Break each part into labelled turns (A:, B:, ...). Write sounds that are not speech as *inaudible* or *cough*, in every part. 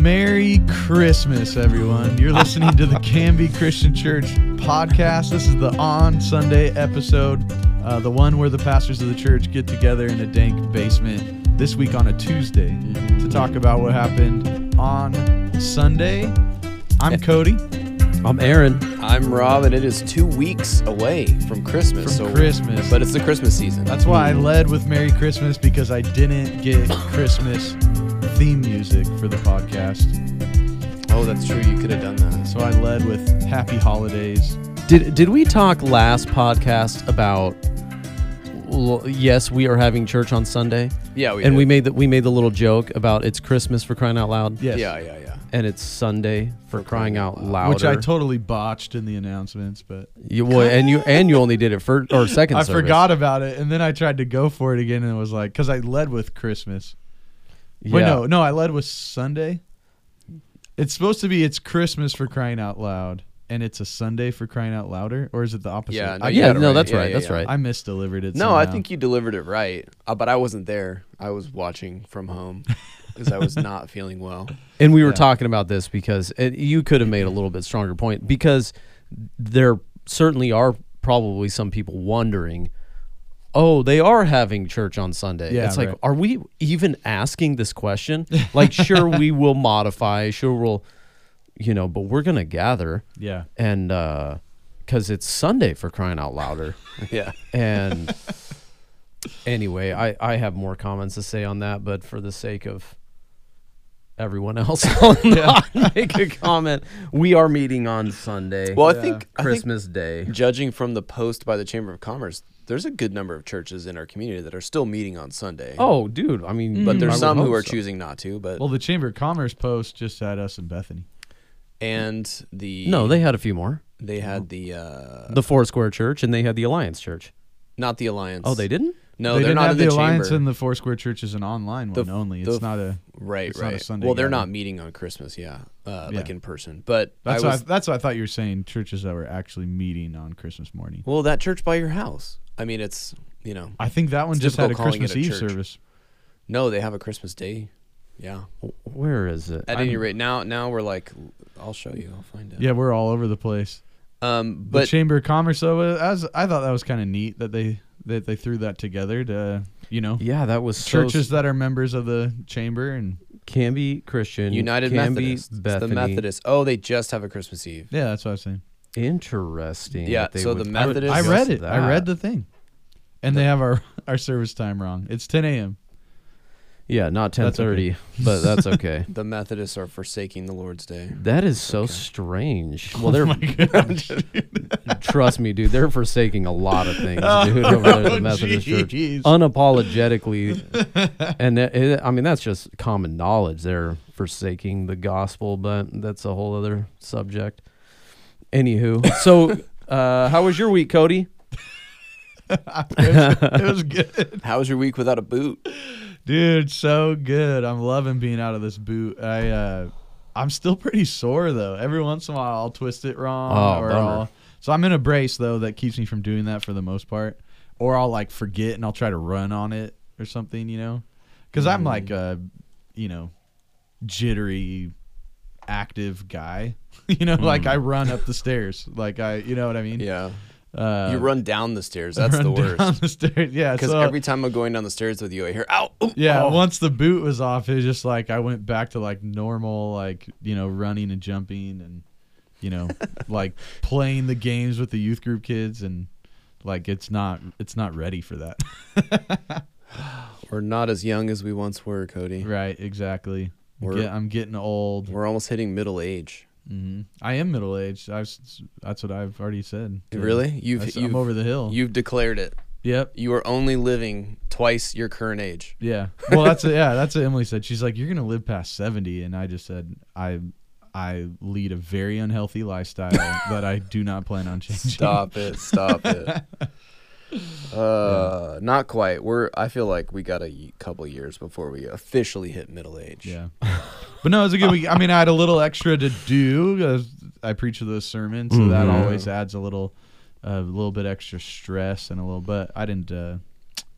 A: Merry Christmas, everyone. You're listening to the Canby Christian Church podcast. This is the On Sunday episode, uh, the one where the pastors of the church get together in a dank basement this week on a Tuesday to talk about what happened on Sunday. I'm Cody
B: I'm Aaron.
C: I'm Rob, and it is two weeks away from Christmas.
A: from Christmas.
C: but it's the Christmas season.
A: That's why I led with Merry Christmas because I didn't get Christmas theme music for the podcast.
C: oh, that's true. You could have done that.
A: So I led with Happy Holidays.
B: Did did we talk last podcast about l- yes, we are having church on Sunday?
C: Yeah, we
B: and
C: did.
B: we made that we made the little joke about it's Christmas for crying out loud.
A: Yes.
C: Yeah, yeah, yeah.
B: And it's Sunday for crying out loud.
A: Which I totally botched in the announcements, but
B: you well, and you and you only did it for or second
A: I
B: service.
A: forgot about it, and then I tried to go for it again, and it was like, because I led with Christmas.
B: Yeah.
A: Wait, no, no, I led with Sunday. It's supposed to be it's Christmas for crying out loud, and it's a Sunday for crying out louder, or is it the opposite?
C: Yeah, no,
A: I,
C: you
B: yeah,
C: got it
B: no,
C: right.
B: that's
C: Yeah,
B: right.
C: yeah,
B: that's
C: yeah.
B: right.
A: I misdelivered it.
C: No, I
A: somehow.
C: think you delivered it right, uh, but I wasn't there. I was watching from
B: *laughs*
C: home because I was not feeling well.
B: And we were talking about this because it, you could have made a little bit stronger point because there certainly are probably some people wondering, oh, they are having church on Sunday.
A: Yeah,
B: it's like,
A: right.
B: are we even asking
A: *laughs*
B: this question? Like, sure, we will modify, sure, we'll, you know, but we're going to gather.
A: Yeah.
B: And, uh, because it's Sunday for crying out louder.
C: yeah.
B: And anyway, I, I have more comments to say on that, but for the sake of everyone else, *laughs* I'll not make a comment. We are meeting on Sunday.
C: Well, I think I think
B: Christmas Day.
C: judging from the post by the Chamber of Commerce, there's a good number of churches in our community that are still meeting on Sunday.
B: Oh, dude. I mean,
C: but
B: I
C: there's
B: would
C: some who
B: hope
C: are
B: so.
C: choosing not to. But
A: Well, the Chamber of Commerce post just had us and Bethany.
C: and the
B: No, they had a few more.
C: they had the uh,
B: The Foursquare Church, and they had the Alliance Church.
C: not the alliance.
B: Oh, they didn't.
C: No,
A: they
C: they're
A: didn't
C: not
A: have
C: in the,
A: Alliance
C: chamber.
A: and the Foursquare Church is an online
C: The-
A: one only.
C: the-
A: It's not a.
C: Right,
A: It's not
C: right.
A: a Sunday
C: well, they're
A: gathering.
C: not meeting on Christmas, yeah, uh, like
A: Yeah.
C: in person. But
A: That's
C: I
A: what I,
C: was
A: that's what I thought you were saying. Churches that were actually meeting on Christmas morning.
C: well that church by your house. I mean, it's you know,
A: I think that one
C: It's
A: just had a
C: difficult calling it
A: Christmas
C: a
A: Eve
C: church.
A: service.
C: no, they have a Christmas day. Yeah.
B: Wh- Where is it?
C: At
B: I'm-
C: any rate, now now we're like, I'll show you. I'll find out.
A: Yeah, we're all over the place.
C: Um,
A: The
C: but
A: Chamber of Commerce, though, uh, as I thought that was kind of neat that they that they threw that together to you know
B: Yeah, that was
A: churches
B: So,
A: that are members of the chamber and
B: can be Christian.
C: United
B: can
C: Methodist,
B: Be
C: It's
B: Bethany.
C: the Methodist. Oh, they just have a Christmas Eve.
A: yeah, that's what I was saying.
B: Interesting.
C: Yeah,
B: that they
C: so
B: would-
C: the
B: I would
C: Methodist-
A: I
C: Yes,
A: read it.
B: that.
A: I read the thing, and they have our *laughs* our service time wrong. It's 10 a.m.
B: Yeah, not ten
A: That's okay.
B: thirty, but
A: *laughs*
B: that's okay.
C: The Methodists are forsaking the Lord's Day.
B: That is so
A: *laughs*
B: strange. Well,
A: Oh
B: they're *laughs* trust me, dude. They're forsaking a lot of things, dude. Over
A: *laughs*
B: there at the Methodist Church,
A: Oh, jeez. *laughs*
B: unapologetically, and that, it, I mean that's just common knowledge. They're forsaking the gospel, but that's a whole other subject. Anywho, so
A: *laughs*
B: uh, how was your week, Cody?
A: it was good,
C: How was your week without a boot?
A: dude. So good. I'm loving being out of this boot. I uh, I'm still pretty sore though. Every once in a while, I'll twist it wrong,
B: Oh,
A: or
B: bummer.
A: I'll, so I'm in a brace though that keeps me from doing that for the most part. Or I'll like forget and I'll try to run on it or something, you know, because I'm
C: Mm.
A: like a, you know, jittery, active guy. *laughs* you know, like I run up the stairs, like I, you know what I mean.
C: Mm. Yeah,
A: Uh,
C: you run down the stairs. That's
A: run
C: the
A: *laughs* Down
C: worst.
A: the stairs. Yeah,
C: Because
A: so-
C: every time I'm going down the stairs with you, I hear ow. ooh,
A: yeah,
C: oh."
A: once the boot was off, it was just like I went back to like normal, like you know, running and jumping and you
C: *laughs*
A: know, like playing the games with the youth group kids and like it's not it's not ready for
C: *laughs*
A: that.
C: We're not as young as we once were, Cody.
A: right, exactly. I'm,
C: We're-
A: get- I'm getting old.
C: We're almost hitting middle age.
A: hmm I am middle aged. I've s- that's what I've already said.
C: Really? You've-
A: I s-
C: you've-
A: I'm over the hill.
C: You've declared it.
A: yep.
C: You are only living twice your current age.
A: Yeah. *laughs* Well, that's a, yeah. That's what Emily said. She's like, "You're gonna live past 70," and I just said, "I, I lead a very unhealthy lifestyle that I do not plan on changing."
C: Stop it. Stop it.
B: *laughs*
C: Uh, not quite. We're. I feel like we got a y- couple years before we officially hit middle age.
A: *laughs* Yeah. But no, it was a good week. I mean, I had a little extra to do. 'cause I preach those sermons, so that
B: Mhm.
A: always adds a little, a little bit extra stress and a little. But I didn't, uh,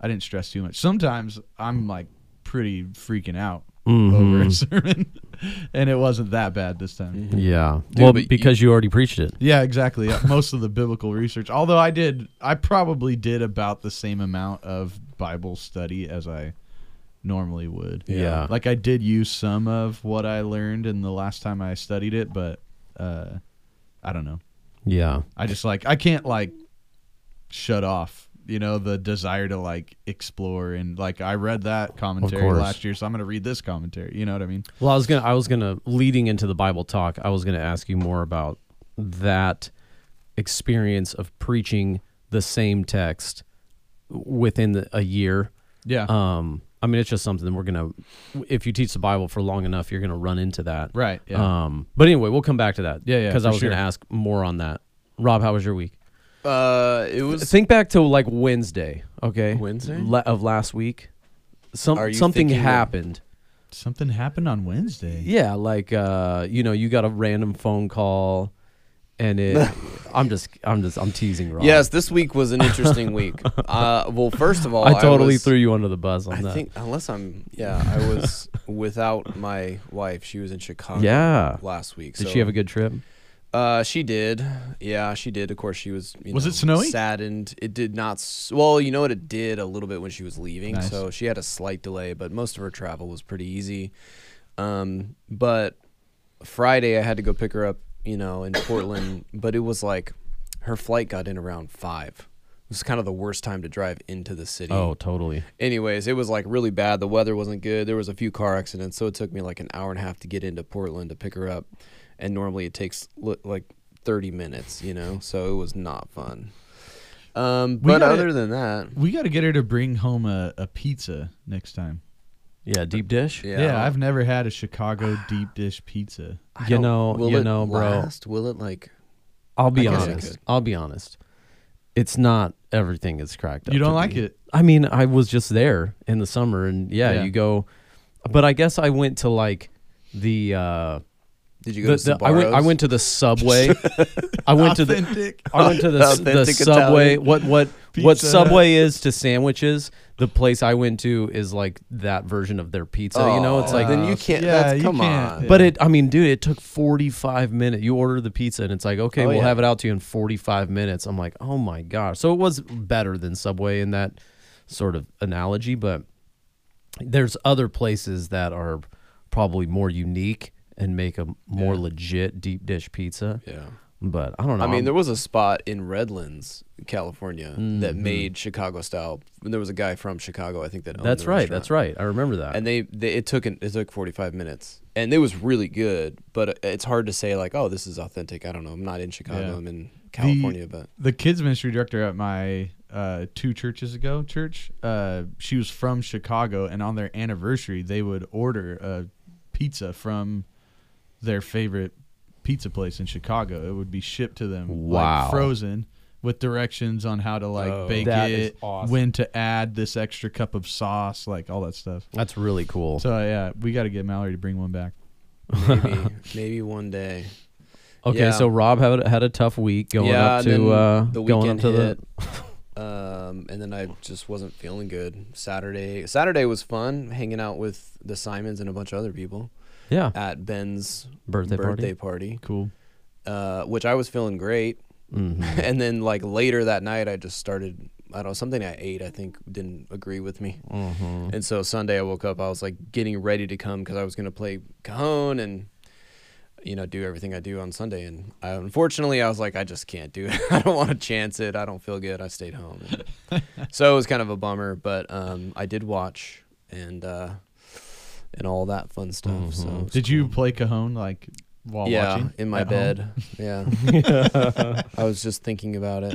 A: I didn't stress too much. Sometimes I'm like pretty freaking out over a sermon. *laughs* and it wasn't that bad this time.
B: Yeah.
D: Dude,
B: well,
D: but you-
B: because you already preached it.
A: Yeah, exactly. Yeah, Most of the biblical research, although I did, I probably did about the same amount of Bible study as I normally would.
B: Yeah.
A: Like I did use some of what I learned in the last time I studied it, but uh, I don't know.
B: Yeah.
A: I just like I can't like shut off, you know, the desire to like explore and like I read that commentary
B: course.
A: last year, so I'm gonna read this commentary. You know what I mean?
B: Well, I was gonna, I was gonna leading into the Bible talk. I was gonna ask you more about that experience of preaching the same text within the, a year.
A: Yeah.
B: Um, I mean, it's just something that we're gonna. If you teach the Bible for long enough, you're gonna run into that.
A: right. Yeah.
B: Um, but anyway, we'll come back to that.
A: Yeah, yeah,
B: Because I
A: for
B: was
A: sure.
B: gonna ask more on that. Rob, how was your week?
C: Uh, it was.
B: Think back to like Wednesday, okay?
C: Wednesday?
B: La- of last week. Some
C: Are you
B: something
C: thinking that-
B: happened.
A: Something happened on Wednesday.
B: Yeah, like uh, you know, you got a random phone call, and
C: *laughs*
B: it. I'm just, I'm just, I'm teasing Rob.
C: Yes, this week was an
B: *laughs*
C: interesting week. Uh, well, first of all,
B: I totally
C: was-
B: threw you under the bus on
C: I
B: that.
C: think unless I'm yeah, I was without my wife. She was in Chicago.
B: Yeah.
C: last week.
B: Did
C: so-
B: she have a good trip?
C: Uh, she did. Yeah, she did. Of course, she was. You
A: Was
C: know,
A: it snowy?
C: Saddened. It did not. S- well, you know what? It did a little bit when she was leaving.
A: Nice.
C: So she had a slight delay, but most of her travel was pretty easy. Um, but Friday I had to go pick her up. You know, in Portland, but it was like her flight got in around five. It was kind of the worst time to drive into the city
B: Oh, totally.
C: anyways, it was like really bad. The weather wasn't good. There was a few car accidents, so it took me like an hour and a half to get into Portland to pick her up, and normally it takes li- like 30 minutes, you know. So it was not fun. Um,
A: We
C: but
A: gotta-
C: other than that,
A: We got to get her to bring home a, a pizza next time.
B: Yeah, deep dish.
A: Yeah, I've never had a Chicago deep dish pizza.
C: I
B: You
C: don't-
B: know,
C: will
B: you
C: it
B: know, bro.
C: Last? Will it like?
B: I'll be
C: I guess I
B: honest.
C: could.
B: I'll be honest. It's not everything is cracked up.
A: You
B: to
A: don't like
B: be.
A: it?
B: I mean, I was just there in the summer, and yeah,
A: Yeah.
B: you go. But I guess I went to like the. Uh,
C: Did you go
B: the,
C: to
B: the I went. I
C: Sbarro's?
B: went to the
C: *laughs*
B: subway. I went to the.
A: Authentic.
B: I went to the, the
C: Authentic
B: subway.
C: Italian.
B: What
C: *laughs*
B: what what
A: Pizza
B: Subway is to sandwiches, the place I went to is like that version of their pizza. you know, it's
C: Oh,
B: like.
C: then you can't.
A: yeah,
C: that's,
A: you
C: come
A: can't.
C: on.
A: Yeah.
B: but it, I mean, dude, it took 45 minutes. You order the pizza and it's like, okay,
C: Oh,
B: we'll
C: yeah.
B: have it out to you in 45 minutes. I'm like, oh my gosh. So it was better than Subway in that sort of analogy, but there's other places that are probably more unique and make a more legit deep dish pizza.
C: Yeah.
B: But I don't know.
C: I mean,
B: I'm-
C: there was a spot in Redlands, California, that
B: Mm-hmm.
C: made Chicago style. And there was a guy from Chicago, I think, that owned
B: That's
C: the
B: right.
C: restaurant.
B: That's right. I remember that.
C: And they, they it took an, it took forty five minutes, and it was really good. But it's hard to say like, oh, this is authentic. I don't know. I'm not in Chicago.
A: Yeah.
C: I'm in
B: *laughs*
C: California, but
A: *laughs* the kids ministry director at my uh, two churches ago church uh, she was from chicago and on their anniversary they would order a pizza from their favorite pizza place in chicago it would be shipped to them like,
B: Wow.
A: frozen with directions on how to like
C: Oh.
A: bake
B: That is
A: it
B: awesome.
A: when to add this extra cup of sauce like all that stuff
B: That's really cool.
A: so yeah we got to get mallory to bring one back
C: maybe maybe one day.
B: okay,
C: yeah.
B: so Rob had, had a tough week going up
C: and
B: to
C: then
B: uh, going up
C: weekend
B: to
C: hit,
B: *laughs*
C: um, and then I just wasn't feeling good. Saturday Saturday was fun, hanging out with the Simons and a bunch of other people
B: the yeah
C: at Ben's
B: birthday,
C: birthday
B: party.
C: party.
A: cool
C: uh, which I was feeling great.
B: Mm-hmm.
C: *laughs* and then like later that night, I just started. I don't know something I ate. I think didn't agree with me.
B: Mm-hmm.
C: And so Sunday I woke up. I was like getting ready to come because I was gonna play cajon and you know do everything I do on Sunday. And I, unfortunately, I was like, I just can't do *laughs* it. I don't want to chance it. I don't feel good. I
A: *laughs*
C: stayed home. so it was kind of a bummer. But um, I did watch and uh, and all that fun stuff. So it was
A: Mm-hmm. did you play cajon like while
C: yeah,
A: watching
C: in my
A: at home?
C: bed. Yeah.
A: *laughs*
C: I was just thinking about it.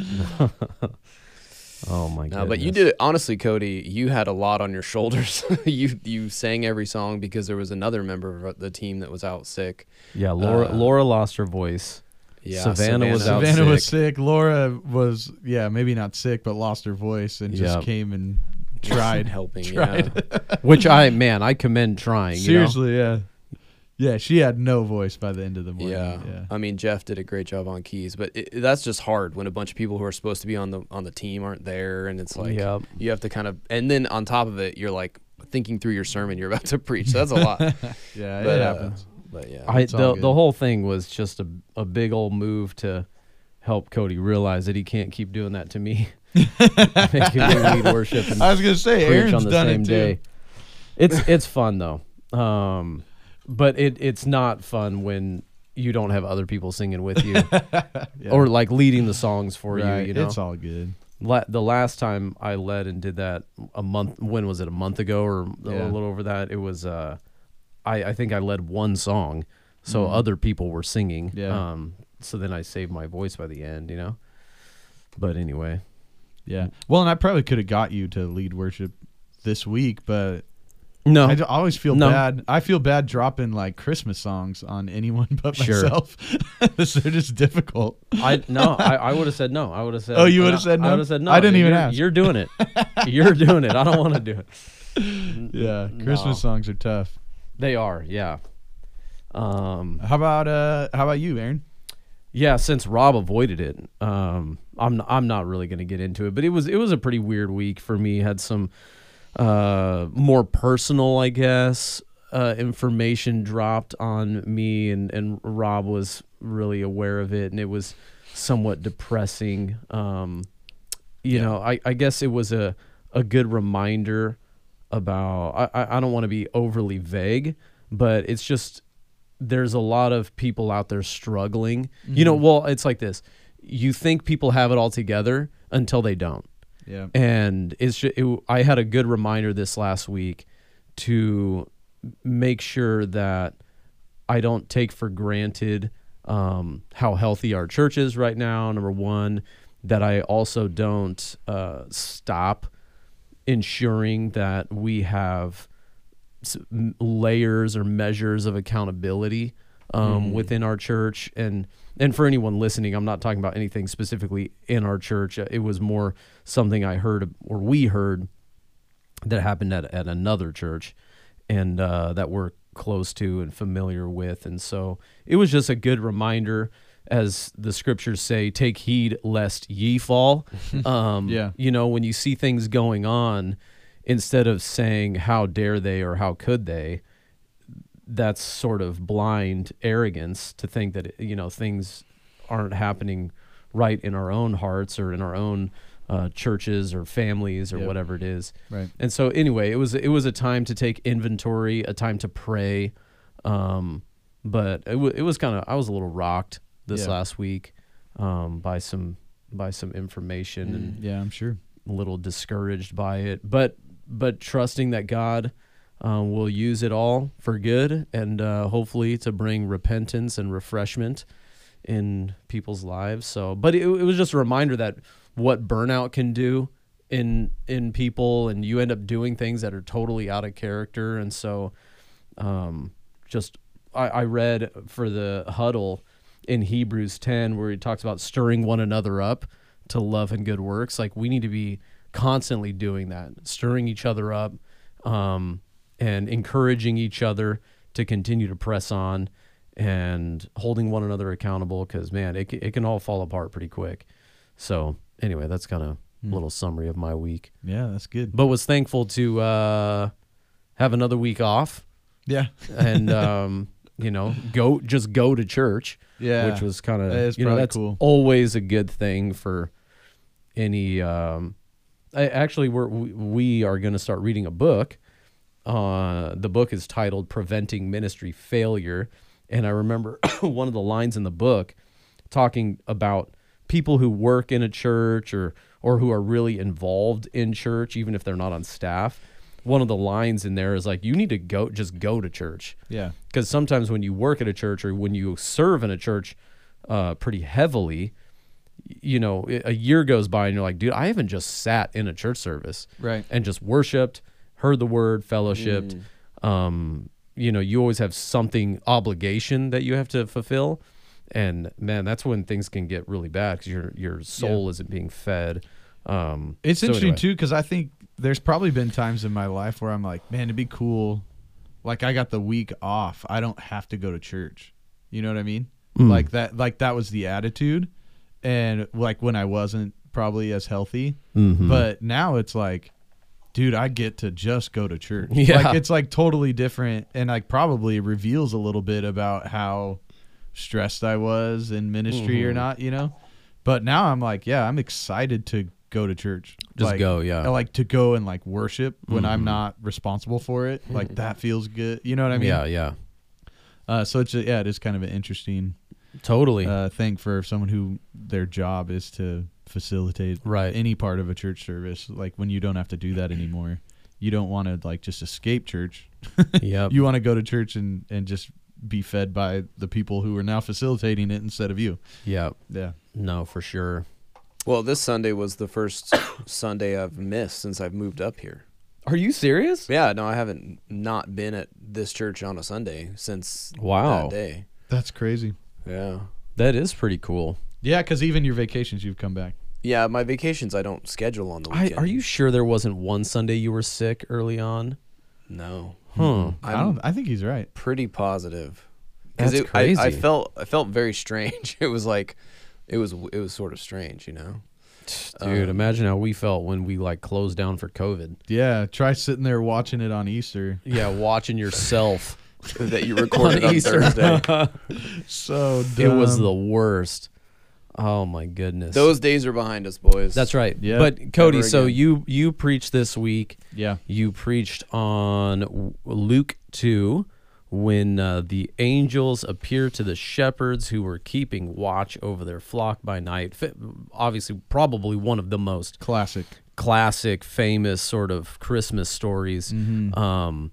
B: Oh my god!
C: No, Uh, but you did honestly, Cody. You had a lot on your shoulders. *laughs* you you sang every song because there was another member of uh, the team that was out sick.
B: Yeah, Laura
C: Uh,
B: Laura lost her
C: *laughs*
B: voice.
C: Yeah,
B: Savannah was out
A: Savannah was sick. Laura was, yeah, maybe not sick, but lost her voice and just
B: Yeah.
A: came and
C: *laughs*
B: *laughs*
A: tried.
C: helping. Yeah.
B: Which I man, I commend trying. you know?
A: Seriously, yeah, yeah. She had no voice by the end of the morning.
C: yeah,
A: Yeah,
C: I mean, Jeff did a great job on keys, but it, that's just hard when a bunch of people who are supposed to be on the on the team aren't there, and it's like
B: Yep.
C: you have to kind of. And then
B: *laughs*
C: *laughs* on top of it, you're like thinking through your sermon you're about to preach. So that's a lot.
A: yeah.
C: But,
A: it
C: uh,
A: happens.
C: But yeah,
B: I
A: It's all
B: the,
A: good.
B: the whole thing was just a, a big old move to help Cody realize that he can't keep doing that to
C: *laughs*
B: me. *laughs* Making me lead worship and
A: I was gonna say
B: preach
A: Aaron's
B: on the
A: done
B: same
A: it too.
B: day. It's it's fun though. Um but it it's not fun when you don't have other people singing with you
A: *laughs* Yeah.
B: or like leading the songs for
A: Right,
B: you, you know.
A: it's all good.
B: La- the last time I led and did that a month when was it a month ago or
A: Yeah.
B: a little over that it was uh I I think I led one song so other people were singing
A: Mm-hmm. Yeah.
B: um so then I saved my voice by the end you know but anyway
A: Yeah. Well, and I probably could have got you to lead worship this week, but
B: no
A: I d- always feel
B: No.
A: bad. I feel bad dropping like Christmas songs on anyone *laughs* but
B: Sure.
A: myself. They're just difficult. *laughs*
B: I no, I, I would have said no. I would have said.
A: Oh, you
B: and
A: would've
B: I-
A: said no?
B: I would have said no.
A: I didn't
B: dude,
A: even
B: you're,
A: ask.
B: You're
A: *laughs*
B: doing it. You're doing it. I don't want to do it.
A: Yeah,
B: No.
A: Christmas songs are tough.
B: They are. Yeah. Um.
A: How about uh how about you, Aaron?
B: Yeah. Since Rob avoided it, um, I'm I'm not really gonna get into it. But it was it was a pretty weird week for me. Had some, uh, more personal, I guess, uh, information dropped on me, and and Rob was really aware of it, and it was somewhat depressing. Um. you know I, I guess it was a, a good reminder about i, I I don't want to be overly vague but it's just there's a lot of people out there struggling you know well it's like this you think people have it all together until they don't
A: Yeah.
B: Eh. and it's ju- it, I had a good reminder this last week to make sure that I don't take for granted um, how healthy our church is right now. Number one, that I also don't uh, stop ensuring that we have s- m- layers or measures of accountability um, within our church and and for anyone listening i'm not talking about anything specifically in our church Uh, it was more something i heard or we heard that happened at, at another church and uh, that we're close to and familiar with and so it was just a good reminder as the scriptures say take heed lest
A: *laughs*
B: ye fall um,
A: Yeah.
B: you know when you see things going on instead of saying how dare they or how could they that's sort of blind arrogance to think that you know things aren't happening right in our own hearts or in our own uh, churches or families or
A: Yep.
B: whatever it is
A: Right.
B: and so anyway it was it was a time to take inventory a time to pray um but it, w- it was kind of i was a little rocked this
A: Yeah.
B: last week um by some by some information and
A: Yeah, I'm sure.
B: a little discouraged by it, but but trusting that God uh, will use it all for good and uh, hopefully to bring repentance and refreshment in people's lives. So, but it, it was just a reminder that what burnout can do in in people, and you end up doing things that are totally out of character, and so um, just I, I read for the huddle in Hebrews 10 where he talks about stirring one another up to love and good works. Like we need to be constantly doing that, stirring each other up, um, and encouraging each other to continue to press on and holding one another accountable because man, it, c- it can all fall apart pretty quick. So anyway, that's kind of a little summary of my week,
A: Yeah, that's good.
B: but was thankful to uh, have another week off
A: Yeah.
B: and um, you know, go just go to church.
A: Yeah.
B: which was kind
A: That is
B: of you know
A: probably
B: that's
A: cool.
B: always a good thing for any. Um, I, actually, we're we- we are going to start reading a book. Uh, the book is titled "Preventing Ministry Failure," and I remember *coughs* one of the lines in the book talking about people who work in a church or or who are really involved in church, even if they're not on staff. One of the lines in there is like, "You need to go, just go to church."
A: Yeah.
B: because sometimes when you work at a church or when you serve in a church uh, pretty heavily y- you know i- a year goes by and you're like dude i haven't just sat in a church service
A: Right.
B: and just worshiped heard the word fellowshipped
A: Mm.
B: um, you know you always have something obligation that you have to fulfill and man that's when things can get really bad because your your soul isn't being fed um,
A: It's
B: so
A: interesting
B: anyway.
A: too because I think there's probably been times in my life where I'm like, man, it'd be cool. Like I got the week off. I don't have to go to church. You know what I mean?
B: Mm.
A: Like that. Like that was the attitude,
B: Mm-hmm.
A: and like when I wasn't probably as healthy. But now it's like, dude, I get to just go to church.
B: Yeah.
A: Like it's like totally different and like probably reveals a little bit about how stressed I was in ministry
B: Mm-hmm.
A: or not, you know? But now I'm like, yeah, I'm excited to go to church.
B: Just
A: Like,
B: go, yeah. Mm-hmm.
A: I like to go and like worship when I'm not responsible for it. Like that feels good. You know what I mean?
B: yeah, yeah,
A: Uh, so it's, yeah, it is kind of an interesting
B: totally.
A: uh, thing for someone who their job is to facilitate
B: Right.
A: any part of a church service. Like when you don't have to do that anymore, you don't want to like just escape church. *laughs*
B: yep.
A: You want to go to church and and just be fed by the people who are now facilitating it instead of you.
B: yep.
A: Yeah.
B: No, for sure.
C: Well, this Sunday was the first *coughs* Sunday I've missed since I've moved up here.
B: Are you serious?
C: Yeah, no, I haven't not been at this church on a Sunday since
B: Wow.
C: that day.
A: That's crazy.
C: Yeah.
B: That is pretty cool.
A: Yeah, because even your vacations, you've come back.
C: Yeah, my vacations I don't schedule on the
B: I,
C: weekend.
B: are you sure there wasn't one Sunday you were sick early on?
C: No.
B: Huh.
A: I don't. I think he's right.
C: Pretty positive.
B: That's
C: it, I- I,
B: crazy.
C: felt I felt very strange. *laughs* It was like it was it was sort of strange, you know.
B: Dude, imagine how we felt when we like closed down for COVID.
A: Yeah. Try sitting there watching it on Easter.
B: Yeah, watching
C: *laughs*
B: yourself.
C: That you recorded
B: On
C: on,
B: Easter. *laughs*
C: Thursday.
A: So
B: it was
A: dumb.
B: the worst. Oh my goodness.
C: Those days are behind us, boys.
B: That's right.
A: Yeah.
B: But Cody,
C: Never
B: so
C: again.
B: you you preached this week.
A: yeah.
B: You preached on w- Luke 2 when uh, the angels appear to the shepherds who were keeping watch over their flock by night. F- obviously, probably one of the most
A: Classic.
B: classic, famous sort of Christmas stories. Um,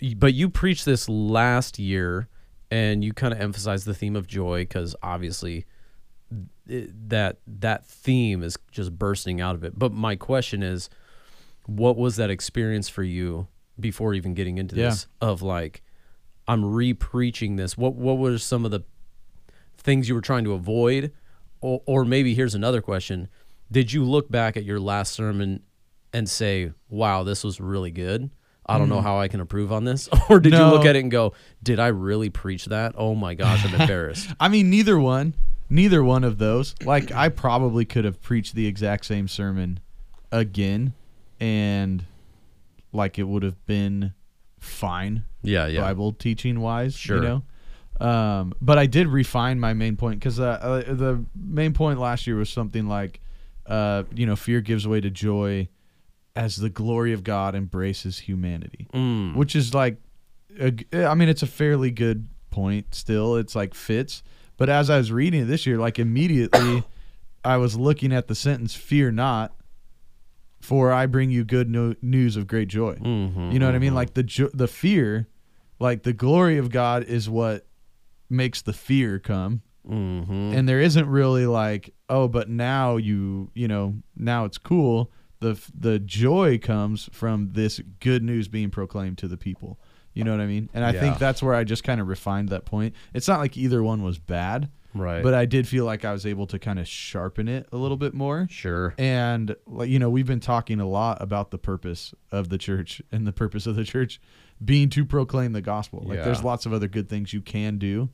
B: y- but you preached this last year, and you kind of emphasized the theme of joy because obviously it, that that theme is just bursting out of it. But my question is, what was that experience for you before even getting into
A: Yeah.
B: this? Of like, I'm re-preaching this. What what were some of the things you were trying to avoid or, or maybe here's another question did you look back at your last sermon and say wow this was really good i don't know how i can improve on this *laughs* or did you look
A: Mm. No.
B: at it and go did i really preach that oh my gosh
A: *laughs*
B: i'm embarrassed
A: I mean, neither one, neither one of those. Like, I probably could have preached the exact same sermon again, and like it would have been fine,
B: yeah yeah
A: Bible teaching wise.
B: Sure.
A: You know, um, but I did refine my main point because uh, uh, the main point last year was something like, uh, you know, fear gives way to joy as the glory of God embraces humanity
B: Mm.
A: which is like a g- I mean it's a fairly good point still it's like fits but as I was reading it this year like immediately *coughs* I was looking at the sentence fear not for I bring you good no- news of great joy
B: Mhm,
A: you know what I mean like the jo- the fear like the glory of God is what makes the fear come
B: mhm.
A: and there isn't really like oh but now you you know now it's cool the f- the joy comes from this good news being proclaimed to the people you know what i mean and i
B: Yeah.
A: think that's where i just kind of refined that point it's not like either one was bad
B: right
A: but i did feel like i was able to kind of sharpen it a little bit more
B: sure
A: and like you know we've been talking a lot about the purpose of the church and the purpose of the church being to proclaim the gospel like
B: Yeah.
A: there's lots of other good things you can do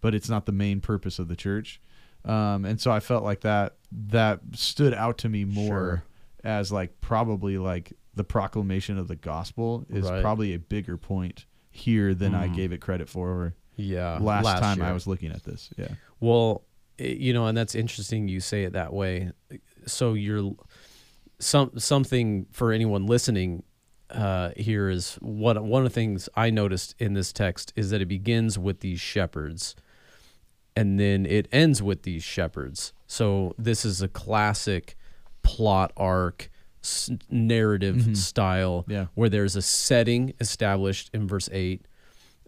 A: but it's not the main purpose of the church um, and so i felt like that that stood out to me more
B: Sure.
A: as like probably like the proclamation of the gospel is
B: Right. Mm-hmm.
A: probably a bigger point here than i gave it credit for
B: yeah
A: last, time i
B: year.
A: was looking at this yeah
B: Well, i- you know, and that's interesting you say it that way. So you're some something for anyone listening uh, here is what one of the things I noticed in this text is that it begins with these shepherds, and then it ends with these shepherds. So this is a classic plot arc s- narrative style
A: Yeah.
B: where there's a setting established in verse 8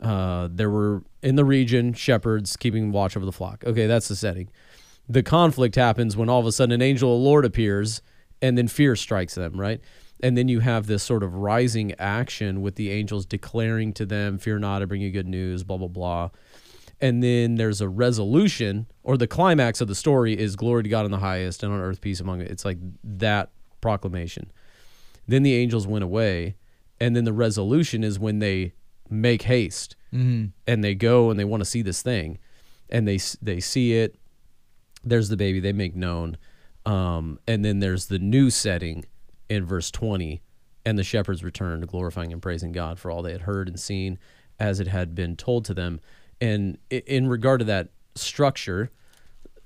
B: uh, there were in the region shepherds keeping watch over the flock. Okay, that's the setting. The conflict happens when all of a sudden an angel of the Lord appears and then fear strikes them, right? And then you have this sort of rising action with the angels declaring to them, Fear not, I bring you good news, blah, blah, blah. And then there's a resolution, or the climax of the story is glory to God in the highest and on earth peace among it. It's like that proclamation. Then the angels went away, and then the resolution is when they make haste and they go and they want to see this thing, and they s- they see it. There's the baby they make known, um, and then there's the new setting in verse 20 And the shepherds returned, glorifying and praising God for all they had heard and seen as it had been told to them. And i- in regard to that structure,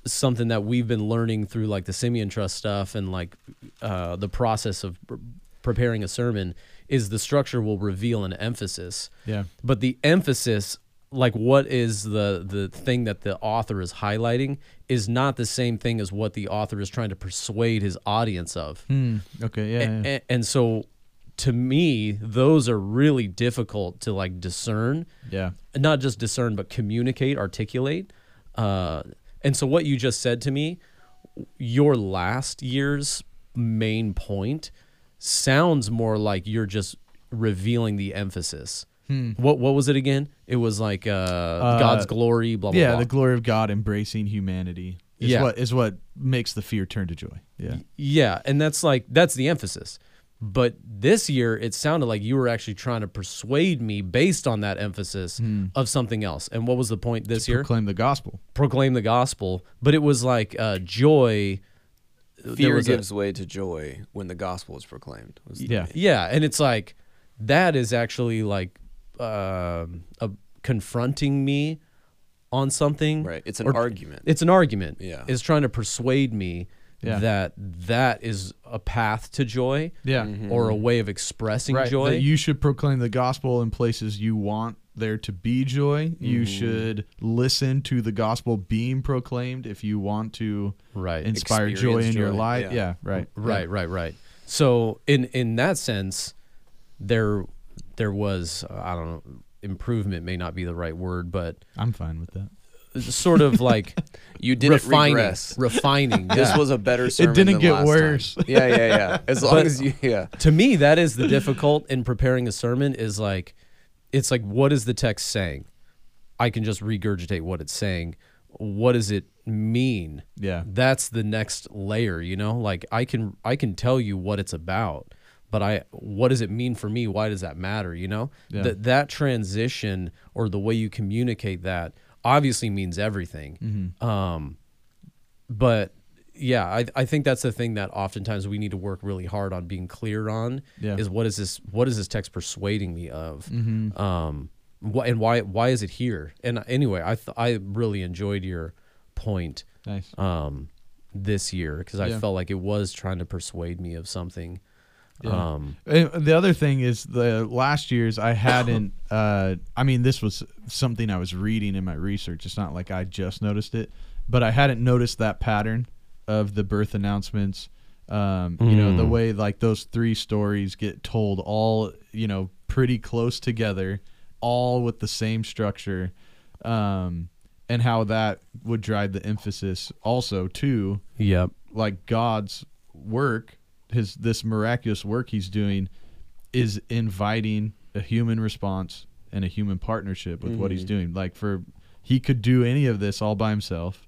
B: something that we've been learning through like the Simeon Trust stuff and like uh, the process of pr- preparing a sermon is the structure will reveal an emphasis.
A: Yeah.
B: But the emphasis, like what is the the thing that the author is highlighting, is not the same thing as what the author is trying to persuade his audience of.
A: Hmm. Okay. Yeah.
B: Mm. A-
A: yeah.
B: a- and, so, to me, those are really difficult to like discern
A: yeah.
B: not just discern but communicate articulate uh, and so what you just said to me your last year's main point sounds more like you're just revealing the emphasis
A: Hmm.
B: what what was it again it was like uh, god's glory blah blah
A: yeah,
B: blah
A: the glory of God embracing humanity is
B: Yeah.
A: what is what makes the fear turn to joy. Yeah.
B: yeah and that's like that's the emphasis but this year it sounded like you were actually trying to persuade me based on that emphasis
A: Hmm.
B: of something else and what was the point this year
A: Proclaim the gospel.
B: proclaim the gospel, but it was like uh, joy. there
C: Fear
B: was a-
C: gives way to joy when the gospel is proclaimed. was the-
A: Yeah.
B: yeah, and it's like that is actually like um a confronting me on something.
C: Right. It's an
B: Or-
C: argument.
B: It's an argument.
C: Yeah.
B: It's trying to persuade me
A: Yeah.
B: that that is a path to joy.
A: Yeah.
C: Mm-hmm.
B: Or a way of expressing
A: Right.
B: joy.
A: That you should proclaim the gospel in places you want there to be joy. You should listen to the gospel being proclaimed if you want to
B: Right.
A: inspire joy
C: Experience
A: in your
C: joy.
A: life.
C: Yeah.
A: Yeah, right.
B: Right, right, right. So in in that sense, there there was uh, I don't know improvement may not be the right word, but
A: I'm fine with that.
B: sort of like
C: *laughs* You didn't
B: refining,
C: regress. *laughs*
B: refining.
C: This
B: yeah.
C: was a better sermon.
A: didn't
C: than
A: get
C: last time.
A: worse.
C: Yeah, yeah, yeah.
B: *laughs*
C: As long as you, yeah.
B: to me that is the difficult in preparing a sermon is like it's like what is the text saying? I can just regurgitate what it's saying. What does it mean?
A: Yeah.
B: That's the next layer, you know? Like I can I can tell you what it's about, but I what does it mean for me? Why does that matter, you know?
A: Yeah.
B: That that transition or the way you communicate that obviously means everything. Um but yeah, I, I think that's the thing that oftentimes we need to work really hard on being clear on
A: Yeah.
B: is what is this what is this text persuading me of,
A: Mm-hmm.
B: um, wh- and why why is it here? And anyway, I th- I really enjoyed your point
A: Nice.
B: um, this year because I
A: Yeah.
B: felt like it was trying to persuade me of something.
A: Yeah.
B: Um,
A: And the other thing is the last year's I hadn't. Uh, I mean, this was something I was reading in my research. It's not like I just noticed it, but I hadn't noticed that pattern of the birth announcements. Um, You know, the
B: Mm.
A: way like those three stories get told all you know pretty close together, all with the same structure, um, and how that would drive the emphasis also too
B: yep.
A: like God's work, his this miraculous work he's doing is inviting a human response and a human partnership with what he's doing. Like for he could do any of this all by himself,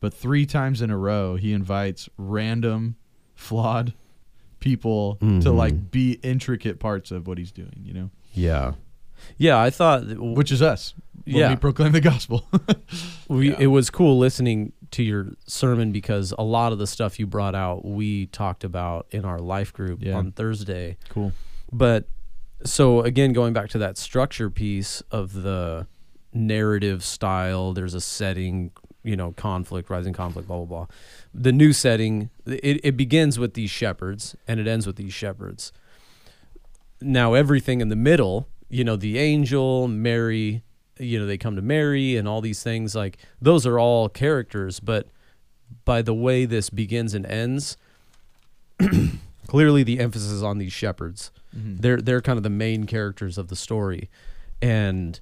A: but three times in a row he invites random flawed people to like be intricate parts of what he's doing, you know?
B: Yeah. Yeah, I thought that-
A: Which is us. When
B: Yeah.
A: we proclaim the gospel. *laughs*
B: we,
C: Yeah.
B: it was cool listening to your sermon because a lot of the stuff you brought out we talked about in our life group
A: Yeah.
B: on Thursday.
A: cool.
B: But so again, going back to that structure piece of the narrative style, there's a setting, you know, conflict, rising conflict, blah blah blah. The new setting, it, it begins with these shepherds and it ends with these shepherds. Now everything in the middle, you know, the angel, Mary, you know, they come to Mary and all these things, like those are all characters, but by the way this begins and ends, clearly the emphasis is on these shepherds.
A: Mm-hmm.
B: They're they're kind of the main characters of the story, and